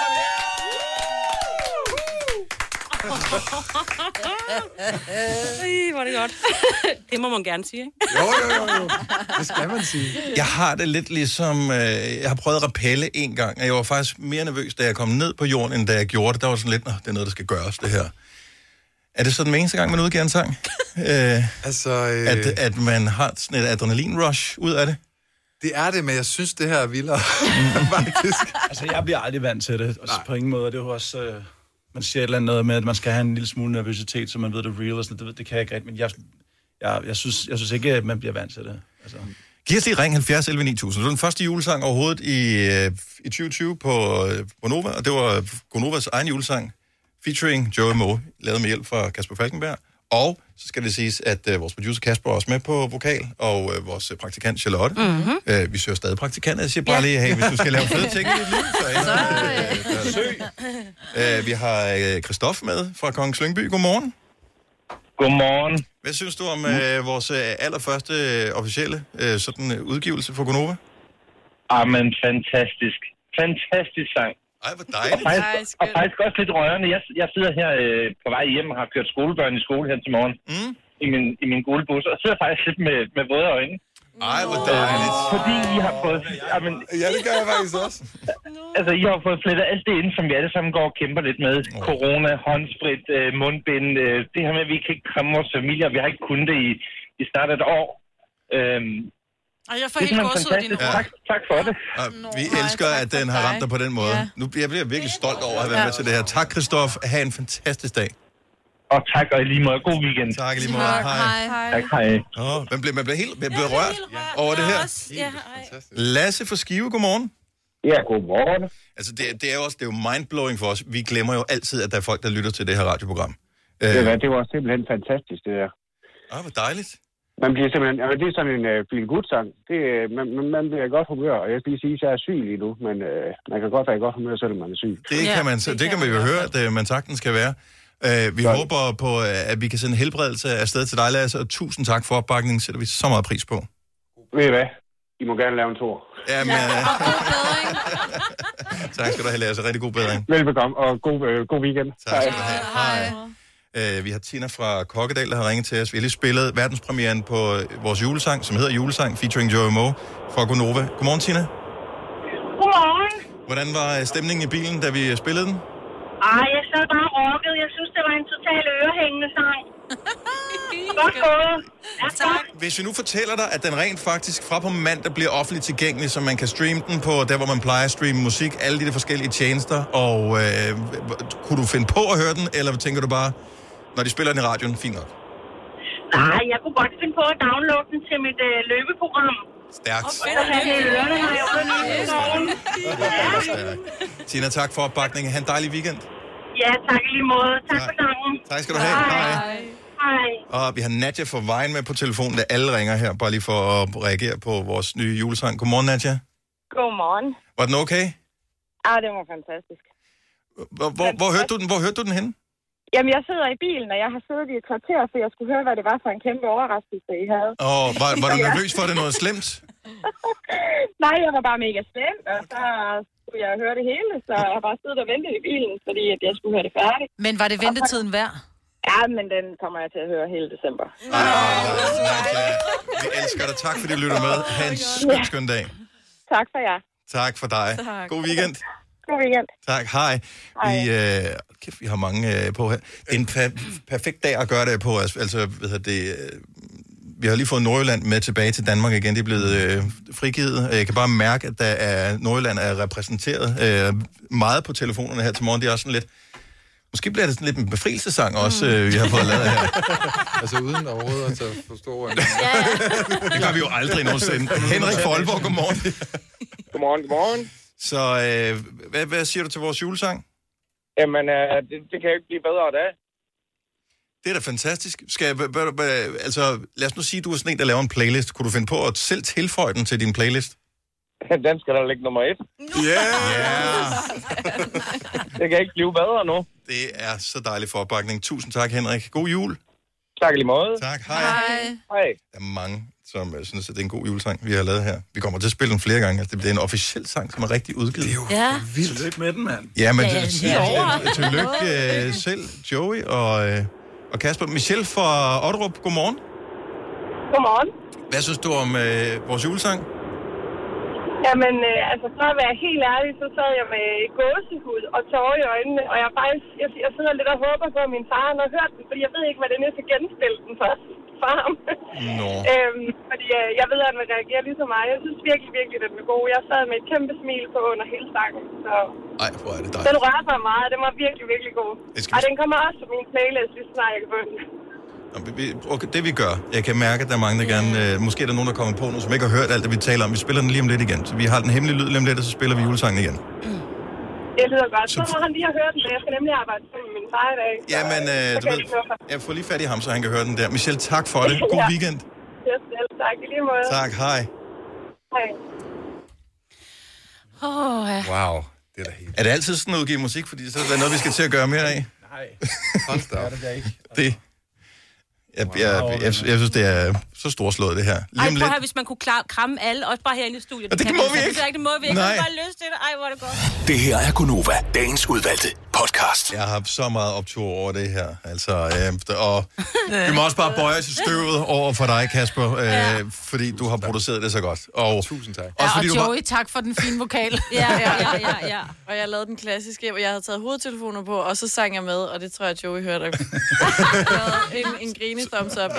[SPEAKER 3] Ej, hvor er det godt. det må man gerne sige, ikke?
[SPEAKER 21] Jo, jo, jo. Det skal man sige.
[SPEAKER 1] Jeg har det lidt ligesom, øh, jeg har prøvet at rappelle en gang, og jeg var faktisk mere nervøs, da jeg kom ned på jorden, end da jeg gjorde det. Der var sådan lidt, "Nå, det er noget, der skal gøres, det her. Er det så den eneste gang, man udgiver en sang? øh,
[SPEAKER 21] altså, øh...
[SPEAKER 1] At, at man har sådan et adrenalin-rush ud af det? Mm.
[SPEAKER 21] Det er det, men jeg synes, det her er vildere.
[SPEAKER 8] altså, jeg bliver aldrig vant til det. Og på ingen måde, det er jo også... Øh, man siger et eller andet noget med, at man skal have en lille smule nervøsitet, så man ved, det er real og sådan noget. Det, ved- det kan jeg ikke rigtig, men jeg, jeg, jeg, synes, jeg synes ikke, at man bliver vant til det. Altså,
[SPEAKER 1] Giv os lige ring 70 11 9000. Det var den første julesang overhovedet i, øh, i 2020 på øh, Gonova, og det var Gonovas egen julesang, featuring Joey Moe, lavet med hjælp fra Kasper Falkenberg. Og så skal det siges, at øh, vores producer Kasper er også med på vokal, og øh, vores øh, praktikant Charlotte. Mm-hmm. Øh, vi søger stadig praktikanter. Jeg siger bare lige, hey, hvis du skal lave fede ting i dit liv, så ender øh, Vi har øh, Christoph med fra Kongens Lyngby. Godmorgen.
[SPEAKER 13] Godmorgen.
[SPEAKER 1] Hvad synes du om øh, vores øh, allerførste øh, officielle øh, sådan, øh, udgivelse for Gonova?
[SPEAKER 13] Jamen, Ah, fantastisk. Fantastisk sang.
[SPEAKER 1] Ej, hvor dejligt.
[SPEAKER 13] Og faktisk, og faktisk også lidt rørende. Jeg, jeg sidder her øh, på vej hjem og har kørt skolebørn i skole her til morgen.
[SPEAKER 1] Mm.
[SPEAKER 13] I min, i min gule bus. Og sidder faktisk lidt med, med våde øjne.
[SPEAKER 1] Ej, hvor dejligt.
[SPEAKER 13] Fordi I har fået... Jamen,
[SPEAKER 21] ja, det gør jeg faktisk også.
[SPEAKER 13] Altså, I har fået flettet alt det ind, som vi alle sammen går og kæmper lidt med. Corona, håndsprit, øh, mundbind. Øh, det her med, at vi kan ikke kramme vores familier. Vi har ikke kunnet det i, i snart et år. Øhm,
[SPEAKER 2] Og jeg får
[SPEAKER 13] Det er
[SPEAKER 2] helt
[SPEAKER 13] simpelthen
[SPEAKER 2] gåsehud af dine
[SPEAKER 13] fantastisk.
[SPEAKER 2] ord.
[SPEAKER 13] Tak, tak for det.
[SPEAKER 1] Og vi elsker, at den har ramt dig på den måde. Ja. Nu bliver jeg bliver virkelig stolt over at have været med til det her. Tak, Christoph. Ha' en fantastisk dag.
[SPEAKER 13] Og tak, og i lige måde. God weekend.
[SPEAKER 1] Tak i lige måde. Hej.
[SPEAKER 13] Tak, hej.
[SPEAKER 1] Åh, man bliver, man bliver helt man bliver rørt over det her.
[SPEAKER 2] Ja,
[SPEAKER 1] Lasse fra Skive, godmorgen.
[SPEAKER 13] Ja, godmorgen.
[SPEAKER 1] Altså, det, det er jo også det er jo mindblowing for os. Vi glemmer jo altid, at der er folk, der lytter til det her radioprogram. Øh,
[SPEAKER 14] Det, var, det var simpelthen fantastisk, det der.
[SPEAKER 1] Ah, hvor dejligt.
[SPEAKER 14] Man bliver simpelthen... Altså, det er sådan en uh, Feel Good-sang. Det, øh, man, man, man bliver i godt humør, og jeg skal lige sige, at jeg er syg lige nu, men uh, man kan godt være i godt humør, selvom man er syg.
[SPEAKER 1] Det kan man, så, det kan man jo høre, at øh, man sagtens kan være. Øh, vi håber på, øh, at vi kan sende helbredelse afsted til dig, Lasse, og tusind tak for opbakningen. Sætter vi så meget pris på.
[SPEAKER 14] Ved I hvad? I må gerne lave en tur.
[SPEAKER 1] Jamen, øh, tak skal du have, Lasse. Rigtig god bedring.
[SPEAKER 14] Velbekomme, og god, øh, god weekend.
[SPEAKER 1] Tak skal du have. Hej. Øh, vi har Tina fra Kokkedal, der har ringet til os. Vi har lige spillet verdenspremieren på øh, vores julesang, som hedder Julesang, featuring Joey Moe fra Gonova. Godmorgen, Tina.
[SPEAKER 20] Godmorgen.
[SPEAKER 1] Hvordan var øh, stemningen i bilen, da vi øh, spillede den?
[SPEAKER 20] Ej, jeg sad bare og rockede. Jeg synes, det var en total ørehængende sang. Godt gået. Ja, tak.
[SPEAKER 1] Hvis vi nu fortæller dig, at den rent faktisk fra på mandag bliver offentligt tilgængelig, så man kan streame den på der, hvor man plejer at streame musik, alle de der forskellige tjenester, og øh, h- kunne du finde på at høre den, eller tænker du bare, når de spiller den i radioen, fint nok?
[SPEAKER 20] Nej, jeg kunne godt finde på at downloade den til mit øh, løbeprogram.
[SPEAKER 1] Stærkt.
[SPEAKER 20] Og så have den i ørerne, når jeg var nede i skoven.
[SPEAKER 1] Tina, tak for opbakningen. Ha' en dejlig weekend.
[SPEAKER 20] Ja, tak i lige måde. Tak for sangen.
[SPEAKER 1] Tak skal du have. Hej.
[SPEAKER 20] Hej.
[SPEAKER 1] Og vi har Nadja fra Vejen med på telefonen, da alle ringer her, bare lige for at reagere på vores nye julesang. Godmorgen, Nadja.
[SPEAKER 23] Godmorgen.
[SPEAKER 1] Var den okay?
[SPEAKER 23] Ah, det var fantastisk.
[SPEAKER 1] Hvor, hvor, hvor, hørte, du den, hvor hørte du den henne?
[SPEAKER 23] Jamen, jeg sidder i bilen, og jeg har siddet i et kvarter, for jeg skulle høre, hvad det var for en kæmpe overraskelse, I havde.
[SPEAKER 1] Og var, var du
[SPEAKER 23] Ja.
[SPEAKER 1] nervøs for, at det er noget slemt?
[SPEAKER 23] Nej, jeg var bare mega slem, og så skulle jeg høre det hele, så jeg har bare siddet og ventet i bilen, fordi at jeg skulle høre det færdigt.
[SPEAKER 2] Men var det ventetiden værd?
[SPEAKER 23] Ja, men den kommer jeg til at høre hele december.
[SPEAKER 1] Vi elsker dig. Tak fordi du lytter med. Ha' en skøn, skøn dag.
[SPEAKER 23] Tak for jer.
[SPEAKER 1] Tak for dig.
[SPEAKER 23] Tak.
[SPEAKER 1] God weekend.
[SPEAKER 23] God weekend.
[SPEAKER 1] Tak. Hej. Vi, øh, kæft, vi har mange øh, på her. Det er en per- perfekt dag at gøre det på. Altså, altså hvad hedder det, øh, vi har lige fået Nordjylland med tilbage til Danmark igen. Det er blevet øh, frigivet. Jeg kan bare mærke, at der er, Nordjylland er repræsenteret øh, meget på telefonerne her til morgen. Det er også sådan lidt... Måske bliver det sådan lidt en befrielsesang også, øh, vi har fået lavet her.
[SPEAKER 21] altså, uden overhovedet at tage for store øjne.
[SPEAKER 1] Det gør vi jo aldrig nogensinde. Henrik Folborg, godmorgen.
[SPEAKER 14] Godmorgen, godmorgen.
[SPEAKER 1] Så øh, hvad, hvad siger du til vores julesang?
[SPEAKER 14] Jamen, øh, det, det kan jo ikke blive bedre da.
[SPEAKER 1] Det er da fantastisk. Skal, b- b- b- altså, lad os nu sige, at du er sådan en, der laver en playlist. Kunne du finde på at selv tilføje den til din playlist?
[SPEAKER 14] Den skal der ligge nummer et.
[SPEAKER 1] Yeah!
[SPEAKER 14] Det kan ikke blive bedre nu.
[SPEAKER 1] Det er så dejligt for opbakningen. Tusind tak, Henrik. God jul.
[SPEAKER 14] Tak i lige måde.
[SPEAKER 1] Tak, hej. Hej.
[SPEAKER 14] Hej.
[SPEAKER 1] Der er mange, som øh, synes, at det er en god julesang, vi har lavet her. Vi kommer til at spille den flere gange. Altså, det bliver en officiel sang, som er rigtig udgivet. Det er jo
[SPEAKER 3] Ja.
[SPEAKER 1] vildt.
[SPEAKER 8] Tillykke med den, mand.
[SPEAKER 1] Ja, men
[SPEAKER 8] Ja,
[SPEAKER 1] ja,
[SPEAKER 8] ja, ja.
[SPEAKER 1] tillykke øh, selv, Joey og, øh, og Kasper. Michelle fra Otterup, godmorgen.
[SPEAKER 23] Godmorgen.
[SPEAKER 1] Hvad synes du om øh, vores julesang?
[SPEAKER 23] Jamen, øh, altså for at være helt ærlig, så sad jeg med gåsehud og tårer i øjnene, og jeg, er faktisk, jeg, jeg sidder lidt og håber på, at min far han har hørt den, fordi jeg ved ikke, hvad det næste genspil den for, for ham.
[SPEAKER 1] Nå.
[SPEAKER 23] øhm, fordi øh, jeg ved, at han vil reagere lige så meget. Jeg synes virkelig, virkelig, den er god. Jeg sad med et kæmpe smil på under hele sangen, så
[SPEAKER 1] Ej, hvor er det
[SPEAKER 23] den
[SPEAKER 1] dejligt.
[SPEAKER 23] rørte mig meget, og den var virkelig, virkelig god. Og den kommer også på min playlist, lige så snart jeg kan få den.
[SPEAKER 1] Nå, vi- vi- Okay, det vi gør, jeg kan mærke, at der er mange, der gerne... Øh, måske er der nogen, der kommer på nu, som ikke har hørt alt det, vi taler om. Vi spiller den lige om lidt igen. Så vi har den hemmelige lyd lige om lidt, og så spiller vi julesangen igen.
[SPEAKER 23] Det lyder godt. Så må han lige have hørt den, for jeg skal nemlig arbejde sammen med min far i dag. så-
[SPEAKER 1] Jamen, øh,
[SPEAKER 23] så kan
[SPEAKER 1] du ved,
[SPEAKER 23] jeg lige høre fra-
[SPEAKER 1] jeg får lige fat i ham, så han kan høre den der. Michelle, tak for det. God
[SPEAKER 23] Ja.
[SPEAKER 1] weekend.
[SPEAKER 23] Ja, selv tak. I lige måde.
[SPEAKER 1] Tak, hej.
[SPEAKER 23] Hej.
[SPEAKER 3] Åh, ja.
[SPEAKER 1] Wow. Det er, da helt... er det altid sådan at udgive musik? Fordi så er der noget, vi skal til at gøre mere af.
[SPEAKER 21] Hold da op.
[SPEAKER 1] Det. Jeg, jeg, jeg, jeg, jeg synes, det er så storslået, det her.
[SPEAKER 3] Ej,
[SPEAKER 1] Lige om
[SPEAKER 3] prøv at
[SPEAKER 1] lidt.
[SPEAKER 3] høre, hvis man kunne klar, kramme alle, også bare herinde i studiet.
[SPEAKER 1] Og det
[SPEAKER 3] kan
[SPEAKER 1] må
[SPEAKER 3] altså
[SPEAKER 1] vi
[SPEAKER 3] ikke. Det må vi ikke.
[SPEAKER 1] Nej.
[SPEAKER 3] Nej. Jeg har bare lyst til det. Ej, hvor er det godt.
[SPEAKER 1] Det her er Gunova, dagens udvalgte podcast. Jeg har så meget optur over det her. Altså, øh, og vi må også bare bøje os i støvet over for dig, Kasper, øh, ja. fordi du har produceret det så godt. Og, Tusind tak. Også fordi
[SPEAKER 2] ja,
[SPEAKER 1] du
[SPEAKER 2] og
[SPEAKER 1] har,
[SPEAKER 2] Joey, tak for den fine vokal.
[SPEAKER 4] Ja, ja, ja, ja, ja. Og jeg lavede den klassiske, hvor jeg havde taget hovedtelefoner på, og så sang jeg med, og det tror jeg, Joey hørte. en, en grine thumbs up.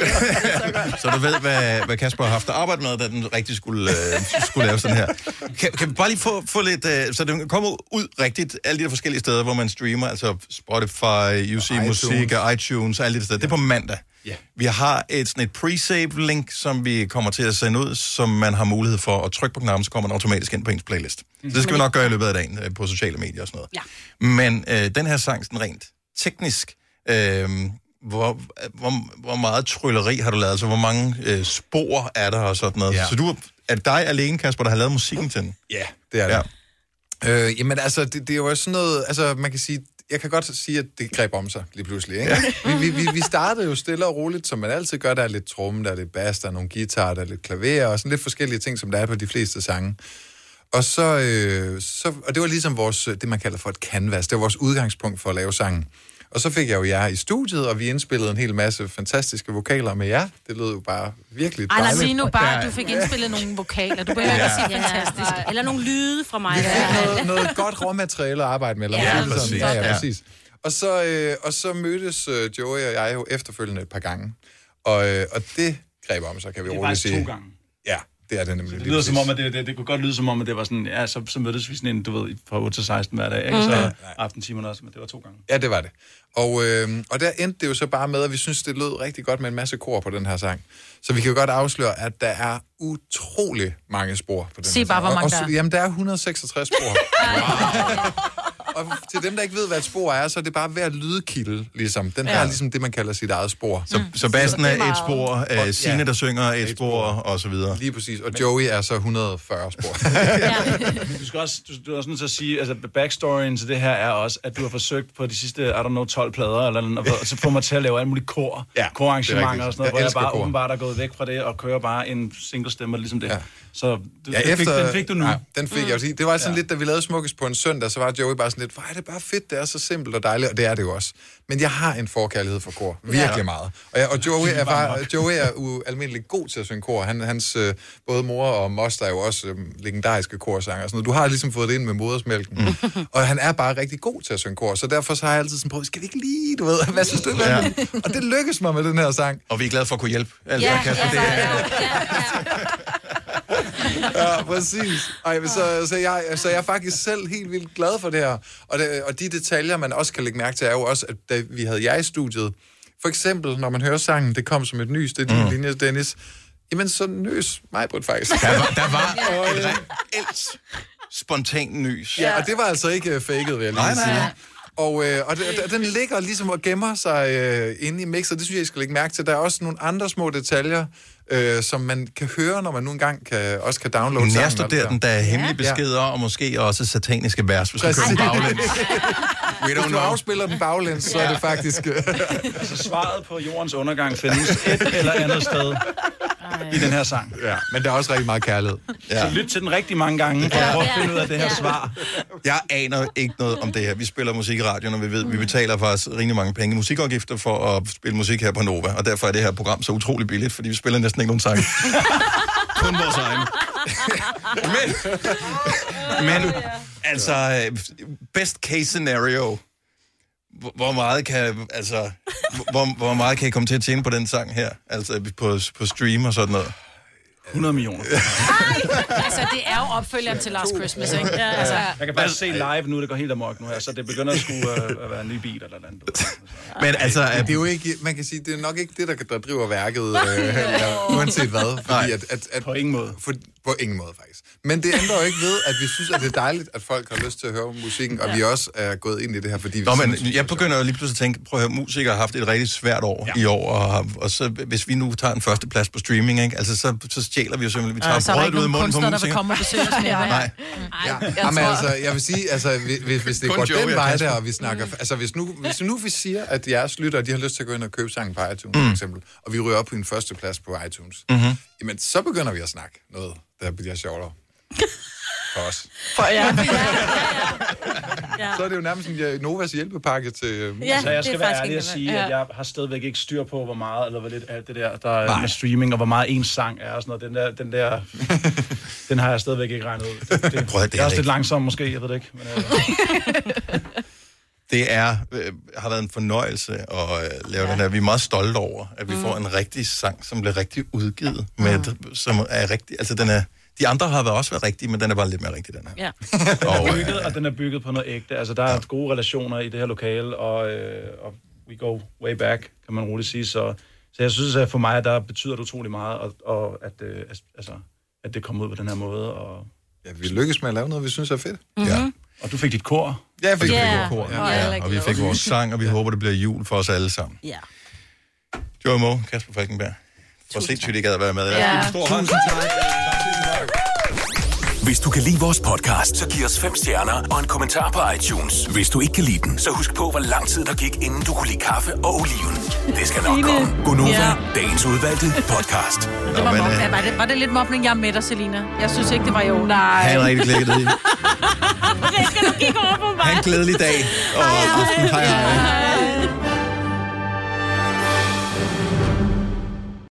[SPEAKER 1] så du ved, hvad, hvad Kasper har haft at arbejde med, da den rigtig skulle, øh, skulle lave sådan her. Kan, kan vi bare lige få, få lidt, øh, så den kommer ud rigtigt, alle de der forskellige steder, hvor man streamer, altså Spotify, UC
[SPEAKER 21] iTunes.
[SPEAKER 1] Musik og iTunes og alle de der steder. Det er på mandag.
[SPEAKER 21] Ja.
[SPEAKER 1] Vi har et, sådan et pre-save link, som vi kommer til at sende ud, som man har mulighed for at trykke på knappen, så kommer den automatisk ind på ens playlist. Mm. Så det skal vi nok gøre i løbet af dagen øh, på sociale medier og sådan noget. Ja. Men øh, den her sang, sådan rent teknisk, øh, hvor, hvor, hvor meget trylleri har du lavet? Altså, hvor mange øh, spor er der og sådan noget? Ja.
[SPEAKER 21] Ja.
[SPEAKER 1] Så du er- er det dig alene, Kasper, der har lavet musikken til den?
[SPEAKER 21] Ja, det er det. Ja. Øh, jamen altså, det, det er jo også sådan noget, altså man kan sige, jeg kan godt sige, at det greb om sig lige pludselig, ikke? Ja. Vi, vi, vi, vi startede jo stille og roligt, som man altid gør. Der er lidt tromme, der er lidt bass, der er nogle guitar, der er lidt klaver, og sådan lidt forskellige ting, som der er på de fleste sange. Og så, øh, så og det var ligesom vores, øh, det man kalder for et canvas, det var vores udgangspunkt for at lave sangen. Og så fik jeg jo jer i studiet, og vi indspillede en hel masse fantastiske vokaler med jer. Det lød jo bare virkelig
[SPEAKER 2] Ej, nej,
[SPEAKER 21] dejligt.
[SPEAKER 2] sig nu bare, at
[SPEAKER 21] Ja.
[SPEAKER 2] du fik indspillet nogle vokaler. Du behøver
[SPEAKER 21] Ja.
[SPEAKER 2] ikke at sige
[SPEAKER 3] Ja,
[SPEAKER 2] fantastisk.
[SPEAKER 3] Eller nogle lyde fra mig.
[SPEAKER 2] Vi fik
[SPEAKER 21] noget, noget godt råmateriale at arbejde med. Eller
[SPEAKER 2] Ja,
[SPEAKER 21] hvad det er,
[SPEAKER 1] præcis.
[SPEAKER 21] Ja,
[SPEAKER 1] Ja.
[SPEAKER 21] ja, præcis. Og så, øh, og så mødtes øh, Joey og jeg jo efterfølgende et par gange. Og, øh, og det greb om sig, kan vi
[SPEAKER 8] Det er
[SPEAKER 21] roligt
[SPEAKER 8] faktisk
[SPEAKER 21] sige.
[SPEAKER 8] to gange.
[SPEAKER 21] Ja, det er det nemlig.
[SPEAKER 8] Det lyder som om, at det, det, det, kunne godt lyde som om, at det var sådan, ja, så, så mødtes vi sådan en, du ved, fra 8 til 16 hver dag, ikke?
[SPEAKER 21] Mhm.
[SPEAKER 8] Så
[SPEAKER 21] Ja,
[SPEAKER 8] aftentimerne også, men det var to gange.
[SPEAKER 21] Ja, det var det. Og, øh, og der endte det jo så bare med, at vi synes, det lød rigtig godt med en masse kor på den her sang. Så vi kan jo godt afsløre, at der er utrolig mange spor på den
[SPEAKER 2] Sig
[SPEAKER 21] her
[SPEAKER 2] bare,
[SPEAKER 21] sang.
[SPEAKER 2] hvor mange
[SPEAKER 21] og,
[SPEAKER 2] der
[SPEAKER 21] og,
[SPEAKER 2] er.
[SPEAKER 21] Jamen, der er 166 spor. og til dem, der ikke ved, hvad et spor er, så er det bare hver lydkilde, ligesom. Den
[SPEAKER 1] Ja.
[SPEAKER 21] har ligesom det, man kalder sit eget spor. Mm.
[SPEAKER 1] Så, så bassen er et spor, øh, Signe, der synger et spor, og så videre.
[SPEAKER 21] Lige præcis. Og Joey er så 140 spor.
[SPEAKER 8] Du skal også, du, du er også nødt til at sige, altså backstoryen til det her er også, at du har forsøgt på de sidste, I don't know, 12 plader, eller noget, og så får mig til at lave alle mulige kor, ja, korarrangementer
[SPEAKER 21] rigtigt.
[SPEAKER 8] og sådan noget,
[SPEAKER 21] Jeg
[SPEAKER 8] hvor jeg
[SPEAKER 21] elsker
[SPEAKER 8] bare
[SPEAKER 21] kor.
[SPEAKER 8] åbenbart er gået væk fra det, og kører bare en single stemmer ligesom det. Ja. Så du,
[SPEAKER 21] Ja,
[SPEAKER 8] den, fik,
[SPEAKER 21] efter,
[SPEAKER 8] den fik du nu.
[SPEAKER 21] Ja, den fik mm. jeg også. Det var sådan ja. lidt, da vi lavede Smukkes på en søndag, så var Joey bare sådan lidt, hvor er det bare fedt, det er så simpelt og dejligt, og det er det jo også. Men jeg har en forkærlighed for kor, virkelig
[SPEAKER 1] Ja.
[SPEAKER 21] ja. meget. Og, jeg, og Joey er, bare,
[SPEAKER 1] Varmt
[SPEAKER 21] Joey er ualmindelig god til at synge kor. Han, hans øh, både mor og moster er jo også øh, legendariske korsanger og sådan noget. Du har ligesom fået det ind med modersmælken. Mm. Og han er bare rigtig god til at synge kor, så derfor så har jeg altid sådan prøvet, skal vi ikke lige, du ved, hvad synes du? Hvad? Ja. Og det lykkedes mig med den her sang.
[SPEAKER 1] Og vi er glade for at kunne hjælpe. Altså,
[SPEAKER 21] Ja,
[SPEAKER 1] Kasper,
[SPEAKER 21] ja,
[SPEAKER 1] det er,
[SPEAKER 21] ja, præcis. Ej, men så, så, jeg, så jeg er faktisk selv helt vildt glad for det her. Og, det, og de detaljer, man også kan lægge mærke til, er jo også, at da vi havde jer i studiet, for eksempel, når man hører sangen, det kom som et nys, det er din mm. linje, Dennis, jamen så nøs mig på det faktisk.
[SPEAKER 1] Der var- der var
[SPEAKER 21] og,
[SPEAKER 1] et
[SPEAKER 21] øh,
[SPEAKER 1] reelt spontan nys.
[SPEAKER 21] Ja, og det var altså ikke øh, faked, vil jeg lige
[SPEAKER 1] Nej, nej.
[SPEAKER 21] sige. Og, øh, og, det, og den ligger ligesom og gemmer sig øh, inde i mixet. Det synes jeg, I skal lægge mærke til. Der er også nogle andre små detaljer, øh, som man kan høre, når man nu engang kan, også kan downloade sangen.
[SPEAKER 1] Nærstuderer den, der er hemmelige beskeder, og måske også sataniske vers, hvis du kører den baglæns. We don't
[SPEAKER 21] Hvis du
[SPEAKER 1] know.
[SPEAKER 21] afspiller den baglæns, så er det faktisk...
[SPEAKER 8] altså svaret på jordens undergang findes et eller andet sted. i den her sang.
[SPEAKER 21] Ja, men der er også rigtig meget kærlighed.
[SPEAKER 8] Ja. Så lyt til den rigtig mange gange, for at prøve at finde ud af det her svar.
[SPEAKER 1] Jeg aner ikke noget om det her. Vi spiller musik i radioen, og vi ved, vi betaler faktisk rimelig mange penge i musikafgifter for at spille musik her på Nova. Og derfor er det her program så utrolig billigt, fordi vi spiller næsten ikke nogen sang. Kun vores egen. men, men altså, best case scenario. Hvor- Hvor meget kan, altså, hvor, hvor meget kan I komme til at tjene på den sang her? Altså på, på stream og sådan noget?
[SPEAKER 8] 100 millioner.
[SPEAKER 2] altså, det er jo opfølgeren til Last Christmas, ikke? Ja, altså,
[SPEAKER 8] Jeg kan bare se live nu, det går helt amok nu her, så det begynder at skulle øh, at være en ny bil eller noget andet.
[SPEAKER 1] Men altså...
[SPEAKER 21] Det er jo ikke, man kan sige, det er nok ikke det, der, der driver værket, øh, eller, uanset hvad. Fordi at, at, at, på
[SPEAKER 8] ingen måde.
[SPEAKER 21] For, på ingen måde, faktisk. Men det ændrer jo ikke ved, at vi synes, at det er dejligt, at folk har lyst til at høre musikken, og vi også er gået ind i det her, fordi vi
[SPEAKER 1] Nå, men
[SPEAKER 21] synes,
[SPEAKER 1] jeg begynder jo lige pludselig at tænke, prøv at høre, musikere har haft et rigtig svært år ja. i år, og, har- og så, hvis vi nu tager en første plads på streaming, ikke? Altså, så, så stjæler vi jo simpelthen, vi
[SPEAKER 2] Ja, Øh, så er
[SPEAKER 1] tager
[SPEAKER 2] der
[SPEAKER 1] brødet
[SPEAKER 2] ikke
[SPEAKER 1] ud af
[SPEAKER 2] nogen
[SPEAKER 1] munden på
[SPEAKER 2] kunstnere, der vil
[SPEAKER 1] musikere.
[SPEAKER 2] komme og besøge os mere, vel?
[SPEAKER 1] Nej.
[SPEAKER 21] Ja,
[SPEAKER 2] jeg
[SPEAKER 21] Jamen,
[SPEAKER 2] tror-
[SPEAKER 21] altså, jeg vil sige, altså, hvi- hvis, hvis det
[SPEAKER 1] Kun
[SPEAKER 21] går
[SPEAKER 1] Joey
[SPEAKER 21] den
[SPEAKER 1] og
[SPEAKER 21] vej
[SPEAKER 1] Kasper.
[SPEAKER 21] der, og vi snakker... Altså, hvis nu, hvis nu vi siger, at jeres lyttere, de har lyst til at gå ind og købe sangen på iTunes, mm. for
[SPEAKER 1] Mm.
[SPEAKER 21] eksempel, og vi ryger op på en førsteplads på iTunes,
[SPEAKER 1] Mhm.
[SPEAKER 21] jamen, så begynder vi at snakke noget, der bliver sjovere. For os.
[SPEAKER 4] For jer.
[SPEAKER 21] Så er det jo nærmest en øh, Novas hjælpepakke til... øh,
[SPEAKER 8] Ja, så Altså, jeg skal være ærlig
[SPEAKER 21] ikke
[SPEAKER 8] og sige,
[SPEAKER 21] noget.
[SPEAKER 8] at jeg har stadigvæk ikke styr på, hvor meget eller hvor lidt af det der, der er med streaming, og hvor meget en sang er og sådan noget. Den der, den der, den har jeg stadigvæk ikke regnet ud. Det, det,
[SPEAKER 1] Prøv at, det
[SPEAKER 8] det
[SPEAKER 1] er
[SPEAKER 8] er også
[SPEAKER 1] det
[SPEAKER 8] lidt langsom måske, jeg ved det ikke. Men, øh,
[SPEAKER 1] Det er, øh, har været en fornøjelse at øh, lave ja. den her. Vi er meget stolte over, at vi mm. får en rigtig sang, som bliver rigtig udgivet, med, mm. som er rigtig, altså den er, de andre har været- også været rigtige, men den er bare lidt mere rigtig, den her.
[SPEAKER 8] ja.
[SPEAKER 1] Og,
[SPEAKER 8] og,
[SPEAKER 1] øh,
[SPEAKER 8] bygget, og den er bygget på noget ægte. Altså, der er gode relationer i det her lokale, og, øh, og we go way back, kan man roligt sige. Så, så jeg synes, at for mig, der betyder det utrolig meget, og, og at, øh, altså, at det kommer ud på den her måde. Og...
[SPEAKER 21] Ja, vi lykkes med at lave noget, vi synes er fedt.
[SPEAKER 8] Mm-hmm. Ja. Og du fik dit kor.
[SPEAKER 21] Ja, jeg fik
[SPEAKER 8] Ja,
[SPEAKER 21] mit kor.
[SPEAKER 8] og jeg er
[SPEAKER 1] Ja, og vi fik vores sang, og vi håber, det bliver jul for os alle sammen.
[SPEAKER 3] Ja.
[SPEAKER 1] Joey Moe, Kasper Falkenberg. Hvor sindssygt, I gad at være med.
[SPEAKER 6] Ja.
[SPEAKER 1] En stor hånd.
[SPEAKER 6] Hvis du kan lide vores podcast, så giv os fem stjerner og en kommentar på iTunes. Hvis du ikke kan lide den, så husk på, hvor lang tid der gik, inden du kunne lide kaffe og oliven. Det skal nok
[SPEAKER 2] Signe.
[SPEAKER 6] komme. Gonova,
[SPEAKER 2] Ja.
[SPEAKER 6] dagens udvalgte podcast.
[SPEAKER 2] Det var, mob-
[SPEAKER 6] øh,
[SPEAKER 2] ja, var, det, var det lidt mobning? Jeg er med dig, Selina. Jeg synes ikke, det var i orden. Nej.
[SPEAKER 1] øh, Ha' en rigtig glædelig dag.
[SPEAKER 2] Skal du kigge over på mig?
[SPEAKER 1] Ha' en glædelig dag. Og aften. Hej hej.
[SPEAKER 2] Hej.